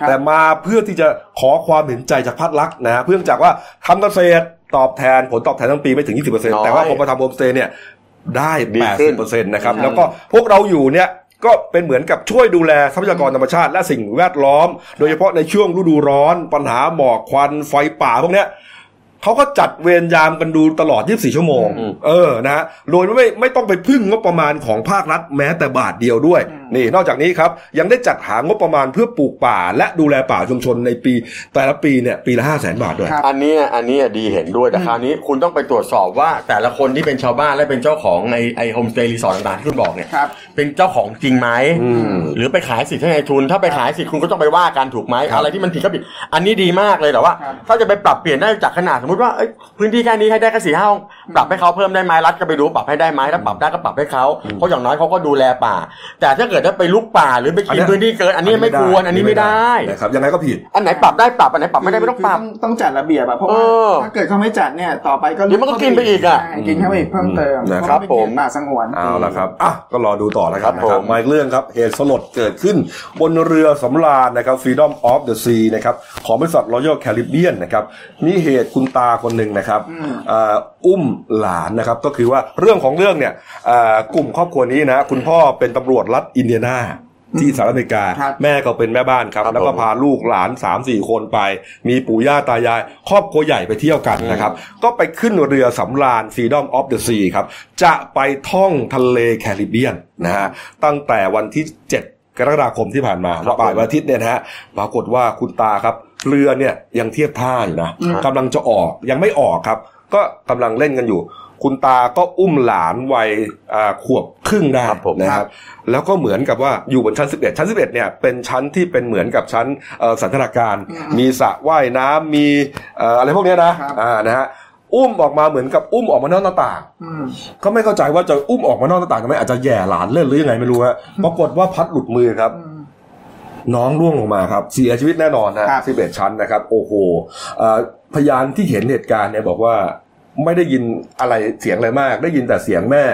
Speaker 1: แต่มาเพื่อที่จะขอความเห็นใจจากภาครัฐนะฮะเพื่อจากว่าทำเกษตรตอบแทนผลตอบแทนทั้งปีไม่ถึง 20%แต่ว่าผมมาทำโฮมสเตย์เนี่ยได้
Speaker 2: ดีขึ้น
Speaker 1: 80%นะครับแล้วก็พวกเราอยู่เนี่ยก็เป็นเหมือนกับช่วยดูแลทรัพยากรธรรมชาติและสิ่งแวดล้อม โดยเฉพาะในช่วงฤดูร้อน ปัญหาหมอกควันไฟป่าพวกเนี้ย เขาก็จัดเวรยามกันดูตลอด 24 ชั่วโมง เออ นะฮะ โดยไม่ไม่ต้องไปพึ่งงบประมาณของภาครัฐแม้แต่บาทเดียวด้วย นี่ นอกจากนี้ครับ ยังได้จัดหางบประมาณเพื่อปลูกป่า และดูแลป่าชุมชนในปี แต่ละปีเนี่ย ปีละ 5 0 0 0 0 0 บาทด้วย
Speaker 6: ครับ
Speaker 2: อันเนี้ยอันเนี้ยดีเห็นด้วยแต่คราวนี้คุณต้องไปตรวจสอบว่าแต่ละคนที่เป็นชาวบ้านและเป็นเจ้าของไอไอโฮมสเตย์รีสอร์ทต่างๆที่คุณบอกเนี่ย
Speaker 6: ครับ
Speaker 2: เป็นเจ้าของจริงไหม หรือไปขายสิทธิ์ให้นายทุน ถ้าไปขายสิทธิ์คุณก็ต้องไปว่ากันถูกไหม อะไรที่มันผิดก็ผิด อันนี้ดีมากเลยแต่ว่า
Speaker 6: ครับ
Speaker 2: ถ้าจะไปปรับเปลี่ยนได้จากขนาดสมมติว่าเอ้ยพื้นที่แค่นี้ให้ได้แค่สี่ห้าห้องปรับให้เขาเพิ่มได้ไหมรัฐก็ไปดูปรับให้ได้ไหมถ้าปรับได้ก็ปรับให้เขาเพราะอย่างน้อยเขาก็ดูแลป่า แต่ถ้าเกิดถ้าไปลุกป่าหรือไป
Speaker 1: อัน
Speaker 2: กิ
Speaker 1: เนี้
Speaker 2: น
Speaker 1: ย
Speaker 2: พื้นที่เกินอันนี้ไม่ควรอันนี้ไม่ได้
Speaker 1: นะครับ ยังไงก็ผิด
Speaker 2: อันไหนปรับได้ปรับอันไหนปรับไม่ได้ไม่ต้องปรับ
Speaker 6: คืต้องจัดระเบียบอะเพราะว่า
Speaker 2: เออ
Speaker 6: ถ้าเกิดเขาไม่จัดเนี่ยต่อไปก็
Speaker 2: เดี๋ยวมันก็กินไปอีกอะ
Speaker 6: ใช่กินเข้าไปอีกเพิ่มเติม
Speaker 1: นะครับ
Speaker 6: เพาะว่าเป็นเขต
Speaker 2: ผม
Speaker 6: ป่าสงวน
Speaker 1: เอาละครับ อ่ะ ก็รอดูต่อนะครับ
Speaker 2: ครับ
Speaker 1: นะครับ
Speaker 2: ผม
Speaker 1: มาอีกเรื่องครับ เหตุสลดเกิดขึ้น บนเรือสำราญนะครับ Freedom of the Sea นะครับ ของบริษัท Royal Caribbean นะครับ มีเหตุคุณตาคนหนึ่งนะครับอ่าอุ้มหลานนะครับ ก็คือว่าเรื่องของเรื่องเนี่ยอ่ากลุ่มครอบครัวนี้นะ คุณพ่อเป็นตำรวจรัฐอินเดียนาที่สหรัฐอเมริกา
Speaker 6: ครับ
Speaker 1: แม่ก็เป็นแม่บ้านครับ
Speaker 2: ครับ
Speaker 1: แล้วก็
Speaker 2: ผม
Speaker 1: พาลูกหลาน 3 4 คนไป มีปู่ย่าตายาย ครอบครัวใหญ่ไปเที่ยวกันนะครับ ก็ไปขึ้นเรือสำราญ Freedom of the Sea ครับ จะไปท่องทะเลแคริบเบียนนะฮะ ตั้งแต่วันที่ 7 กรกฎาคมที่ผ่านมา
Speaker 2: ครับ
Speaker 1: บ่ายวันอาทิตย์เนี่ยนะฮะ ปรากฏว่าคุณตาครับ เรือเนี่ยยังเทียบท่าอยู่นะกำลังจะออกยังไม่ออกครับ ก็กำลังเล่นกันอยู่ คุณตาก็อุ้มหลานวัยอ่าขวบครึ่งได้
Speaker 2: ครับผม
Speaker 1: นะ นะครับแล้วก็เหมือนกับว่าอยู่บนชั้น 11 ชั้น 11 เนี่ยเป็นชั้นที่เป็นเหมือนกับชั้นเอ่อสันทนาการ มีสระว่ายน้ำมีเอ่ออะไรพวกเนี้ยนะครับ อ่านะฮะอุ้มออกมาเหมือนกับอุ้มออกมานอกหน้าต่าง
Speaker 6: อืม
Speaker 1: ก็ไม่เข้าใจว่าจะอุ้มออกมานอกหน้าต่างทำไมอาจจะแย่หลานเล่นหรือยังไงไม่รู้ฮะปรากฏว่าพัดหลุดมือครับ น้องร่วงลงมาครับเสียชีวิตแน่นอนนะครับ สิบเอ็ดชั้นนะครับ โอ้โหเอ่อพยานที่เห็นเหตุการณ์เนี่ยบอกว่า ไม่ได้ยินอะไรเสียงอะไรมาก ได้ยินแต่เสียงแม่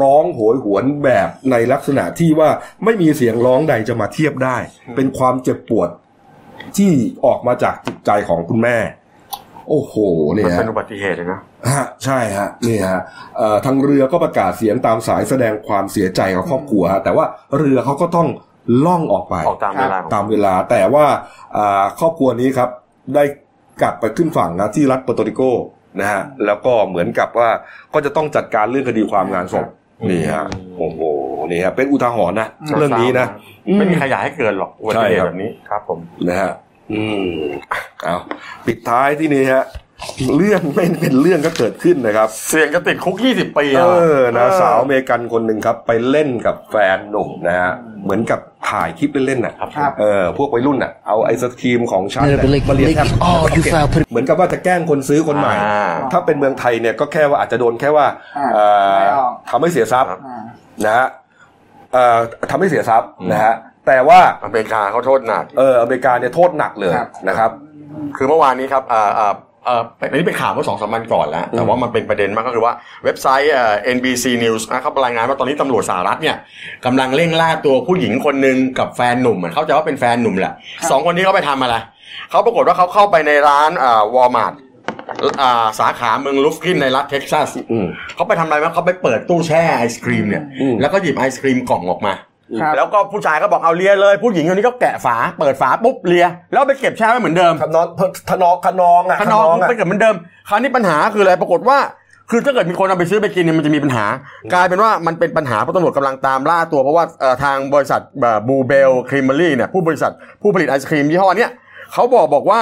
Speaker 1: ร้องโหยหวนแบบในลักษณะที่ว่าไม่มีเสียงร้องใดจะมาเทียบได้ เป็นความเจ็บปวดที่ออกมาจากจิตใจของคุณแม่ โอ้โหเนี่ย
Speaker 2: มัน
Speaker 1: ฮะ
Speaker 2: เป็นอุบัติเหตุเลยนะ
Speaker 1: ฮะใช่ฮะนี่ฮะเอ่อทางเรือก็ประกาศเสียงตามสายแสดงความเสียใจกับครอบครัวฮะแต่ว่าเรือเขาก็ต้องล่องออกไป
Speaker 2: ออกตามเวลาของ
Speaker 1: ตามเวลาแต่ว่าอ่าครอบครัวนี้ครับได้กลับไปขึ้นฝั่งนะที่รัฐเปอร์โตริโกนะฮะแล้วก็เหมือนกับว่าก็จะต้องจัดการเรื่องคดีความงานศพนี่ฮะโอ้โหนี่ฮะเป็นอุทาหรณ์นะเรื่องนี้นะ
Speaker 2: ไม่มีใครอยากให้เกิดหรอกอุบัติเหตุ
Speaker 1: ใช่ครับ
Speaker 2: แบบนี้ครับผม
Speaker 1: นะฮะ อืมเอาปิดท้ายที่นี่ฮะเรื่องไม่เป็นเรื่องก็เกิดขึ้นนะครับ
Speaker 2: เสี่ยงจะติดคุก 20 ปี
Speaker 1: เอ
Speaker 2: อะ
Speaker 1: อ นะ สาวอเมริกันคนหนึ่งครับ ไปเล่นกับแฟนหนุ่มนะฮะ เหมือนกับถ่ายคลิปเล่นๆน่ะ
Speaker 2: ครับ
Speaker 6: ครับ
Speaker 1: เออ พวกวัยรุ่นน่ะ เอาไอศครีมของฉัน
Speaker 7: Little
Speaker 1: น่ะ
Speaker 7: Blake,
Speaker 1: มาเรียน
Speaker 7: Blake
Speaker 1: ครับ
Speaker 7: is all you found. Put
Speaker 1: เหมือนกับว่าจะแกล้งคนซื้อคนใหม่
Speaker 2: อ่า
Speaker 1: ถ้าเป็นเมืองไทยเนี่ยก็แค่ว่าอาจจะโดนแค่ว่า
Speaker 6: อ่า
Speaker 1: เอ่อ
Speaker 6: ไม่ออก
Speaker 1: ทำให้เสียทรัพย์
Speaker 6: อ่า
Speaker 1: นะฮะเอ่อทำให้เสียทรัพย์นะฮะ แต่ว่า
Speaker 2: อเมริกาเขาโทษหนัก
Speaker 1: เออ อเมริกาเนี่ยโทษหนักเลย
Speaker 6: ครับ
Speaker 1: นะครับ
Speaker 2: คือเมื่อวานนี้ครับเอ่อเอ่อเอ่ออันนี้เป็นข่าวเมื่อสองสามวันก่อนแล้ว แต่ว่ามันเป็นประเด็นมากก็คือว่าเว็บไซต์เอ่อ NBC News นะครับรายงานว่าตอนนี้ตำรวจสหรัฐเนี่ยกำลังเร่งล่าตัวผู้หญิงคนหนึ่งกับแฟนหนุ่มอะเข้าใจว่าเป็นแฟนหนุ่มแหละสองคนนี้เขาไปทำอะไร เขาปรากฏว่าเขาเข้าไปในร้านวอลมาร์ทสาขาเมืองลูฟกินในรัฐเท็กซัส
Speaker 1: อืม
Speaker 2: เขาไปทำอะไรไหมเขาไปเปิดตู้แช่ไอศครีมเนี่ย
Speaker 1: อืม
Speaker 2: แล้วก็หยิบไอศครีมกล่องออกมา
Speaker 6: ครับ
Speaker 2: แล้วก็ผู้ชายก็บอกเอาเลียเลย ผู้หญิงคนนี้ก็แกะฝาเปิดฝาปุ๊บเลีย แล้วไปเก็บแช่ไว้เหมือนเดิม
Speaker 1: ทำนองทะนองขนองอ่ะ
Speaker 2: ขนอง
Speaker 1: ะ
Speaker 2: ไปเก็บเหมือนเดิม คราวนี้ปัญหาคืออะไรปรากฏว่า คือถ้าเกิดมีคนเอาไปซื้อไปกินเนี่ยมันจะมีปัญหา กลายเป็นว่ามันเป็นปัญหาเพราะตำรวจกำลังตามล่าตัวเพราะว่าเอ่อทางบริษัทบูเบลครีมเมอรี่เนี่ยผู้บริษัทผู้ผลิตไอศครีมยี่ห้อเนี้ยเขาบอกบอกว่า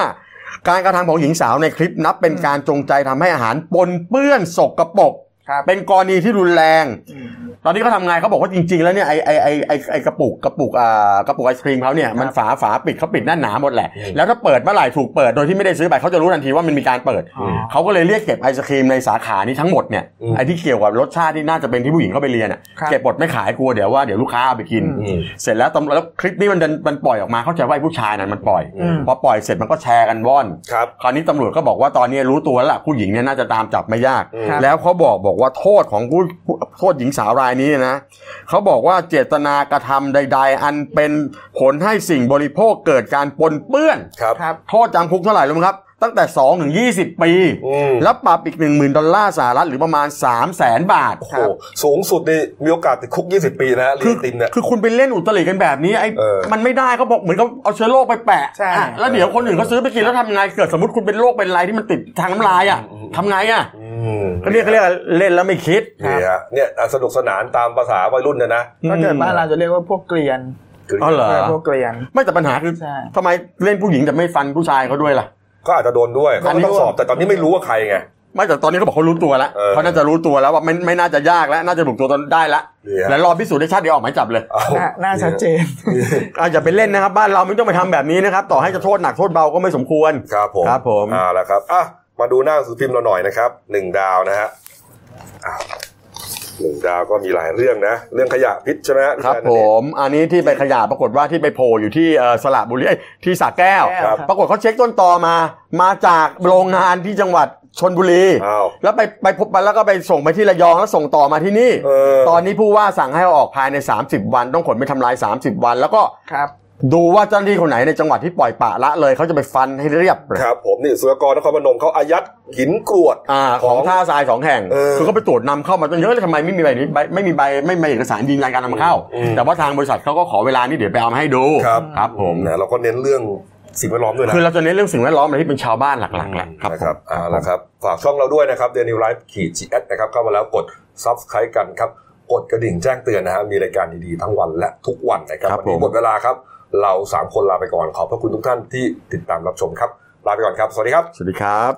Speaker 2: การกระทำของหญิงสาวในคลิปนับเป็นการจงใจทำให้อาหารปนเปื้อนสกปรก
Speaker 6: ครับ
Speaker 2: เป็นกรณีที่รุนแรง
Speaker 6: อืม
Speaker 2: ตอนนี้เขาทำไงเขาบอกว่าจริง ๆ แล้วเนี่ยไอไอไอไอไอกระปุกกระปุกอ่ากระปุกไอศครีมเขาเนี่ยมันฝาฝาปิดเขาปิดหน้าหนาหมดแหละ
Speaker 1: อืม
Speaker 2: แล้วถ้าเปิดเมื่อไหร่ถูกเปิดโดยที่ไม่ได้ซื้อไปเขาจะรู้ทันทีว่ามันมีการเปิด
Speaker 1: อืม
Speaker 2: เขาก็เลยเรียกเก็บไอศครีมในสาขานี้ทั้งหมดเนี่ย
Speaker 1: อืม
Speaker 2: ไอที่เกี่ยวกับรสชาติที่น่าจะเป็นที่ผู้หญิงเขาไปเรียนอ่ะ
Speaker 6: ครับ
Speaker 2: เก็บหมดไม่ขายกลัวเดี๋ยวว่าเดี๋ยวลูกค้าเอาไปกิน
Speaker 1: อืม
Speaker 2: เสร็จแล้วตำรวจแล้วคลิปนี้มันดันมันปล่อยออกมาเข้าใจว่าไอ้ผู้ชายนั้นมันปล่อย
Speaker 1: อืม
Speaker 2: พอปล่อยเสร็จมันก็แชร์กันว่อน
Speaker 1: ครับ
Speaker 2: คราวนี้ตำรวจก็บอกว่าตอนนี้รู้ตัวแล้วล่ะผู้หญิงเนี่ยน่าจะตามจับไม่ยาก
Speaker 1: อืมครับ
Speaker 2: แล้วเขาบอกบอกว่าโทษของผู้ผู้โทษหญิงสาวรายนี้เนี่ยนะเขาบอกว่าเจตนากระทำใด ๆ อันเป็นผลให้สิ่งบริโภคเกิดการปนเปื้อน
Speaker 1: ครับ
Speaker 6: ครับ
Speaker 2: โทษจำคุกเท่าไหร่รู้ไหมครับ ตั้งแต่ 2 ถึง 20 ปี
Speaker 1: อืม
Speaker 2: แล้วปรับอีก 1 0,000 ดอลลาร์สหรัฐหรือประมาณ 3 0 0แสนบาท
Speaker 1: โอ้โหสูงสุดนี่มีโอกาสติดคุก 20 ปีนะฮะลี
Speaker 2: คือ
Speaker 1: ตินเนี่ย
Speaker 2: คือคุณไปเล่นอุตริกันแบบนี้ไอ้
Speaker 1: เออ
Speaker 2: มันไม่ได้เขาบอกเหมือนกับเอาเชื้อโรคไปแปะ
Speaker 6: ใช่
Speaker 2: อ่ะแล้วเดี๋ยวคนอื่นเขาซื้อไปกินแล้วทำไงเกิดสมมติคุณเป็นโรคเป็นอะไรที่มันติดทางน้ำลายอ่ะทำไงอ่ะ
Speaker 1: อืม
Speaker 2: ก็เรียกเขาเรียกว่าเล่นแล้วไม่คิด
Speaker 1: นี่ฮะเนี่ยอ่ะสนุกสนานตามภาษาวัยรุ่นเนี่ยนะ
Speaker 6: ถ้าเกิดบ้านเราจะเรียกว่าพวกเกลียน
Speaker 1: คือ
Speaker 2: อ๋อเหรอ
Speaker 6: พวกเกลียน
Speaker 2: ไม่แต่ปัญหาคือ
Speaker 6: ใช่
Speaker 2: ทำไมเล่นผู้หญิงแต่ไม่ฟันผู้ชายเขาด้วยล่ะ
Speaker 1: ก็อาจจะโดนด้วย
Speaker 2: อั
Speaker 1: เขา
Speaker 2: นนี้
Speaker 1: ก็ต้องสอบแต่ตอนนี้ไม่รู้ว่าใครไง
Speaker 2: ไม่แต่ตอนนี้เขาบอกเขารู้ตัวแล้ว
Speaker 1: เออ
Speaker 2: เขาน่าจะรู้ตัวแล้วว่าไม่ไม่น่าจะยากแล้วน่าจะถูกตัวตนได้ละ
Speaker 1: ดีฮะ
Speaker 2: แล้วรอพิสูจน์ได้ชัดเดี๋ยวออกหมายจับเลย
Speaker 1: เอ้า
Speaker 6: หน้าหน้าชัดเจน
Speaker 2: อ่ะอย่าไปเล่นนะครับ บ้านเราไม่ต้องไปทำแบบนี้นะครับ ต่อให้จะโทษหนักโทษเบาก็ไม่สมควร
Speaker 1: ครับผม
Speaker 2: ครับผม
Speaker 1: อ่าแล้วครับอ่ะมาดูหน้าหนังสือพิมพ์เราหน่อยนะครับหนึ่งดาวนะฮะอ้าวหนึ่งดาวก็มีหลายเรื่องนะ เรื่องขยะพิษใช่ไหมฮะ
Speaker 2: ครับผม อันนี้ที่ไปขยะปรากฏว่าที่ไปโผล่อยู่ที่เอ่อสระบุรีเอ้ยที่สระแก้ว
Speaker 6: ครับ
Speaker 2: ปรากฏเขาเช็คต้นตอมา มาจากโรงงานที่จังหวัดชนบุรี
Speaker 1: อ้าว
Speaker 2: แล้วไปไปพบมันแล้วก็ไปส่งไปที่ระยองแล้วส่งต่อมาที่นี่
Speaker 1: เออ
Speaker 2: ตอนนี้ผู้ว่าสั่งให้เอาออกภายใน 30 วัน ต้องขนไปทำลาย 30 วัน แล้วก็
Speaker 6: ครับ
Speaker 2: ดูว่าเจ้าหน้าที่คนไหนในจังหวัดที่ปล่อยปละละเลยเขาจะไปฟันให้เรียบเลย
Speaker 1: ครับผมนี่สุรกรนครพนมเขาอายัดหินกรวด
Speaker 2: อ่าของท่าทรายสองแห่ง
Speaker 1: เออ
Speaker 2: คือก็ไปตรวจนำเข้ามาตั้งเยอะเลยทำไมไม่มีใบนี้ใบไม่มีใบไม่มีเอกสารยืนยันการนำเข้า
Speaker 1: อืม
Speaker 2: แต่ว่าทางบริษัทเขาก็ขอเวลานี่เดี๋ยวไปเอามาให้ดู
Speaker 1: ครับ
Speaker 2: ครับผม
Speaker 1: นะเราก็เน้นเรื่องสิ่งแวดล้อมด้วยนะ
Speaker 2: คือเราจะเน้นเรื่องสิ่งแวดล้อมอะไรที่เป็นชาวบ้านหลักๆแหละครับ
Speaker 1: นะครับ
Speaker 2: ผม
Speaker 1: เอาละครับ ฝากช่องเราด้วยนะครับเดนิวไลฟ์ขีดจีเอสนะครับ เข้ามาแล้วกดซับสไครต์กันครับ กดกระดิ่งแจ้งเตือนนะฮะมีรายการดีๆ ทั้งวันและทุกวันนะครับ
Speaker 2: ครับ
Speaker 1: วันนี้
Speaker 2: ผม
Speaker 1: หมดเวลาครับ เรา 3 คนลาไปก่อนขอบพระคุณทุกท่านที่ติดตามรับชมครับ ลาไปก่อนครับ สวัสดีครับ
Speaker 2: สวัสดีครับ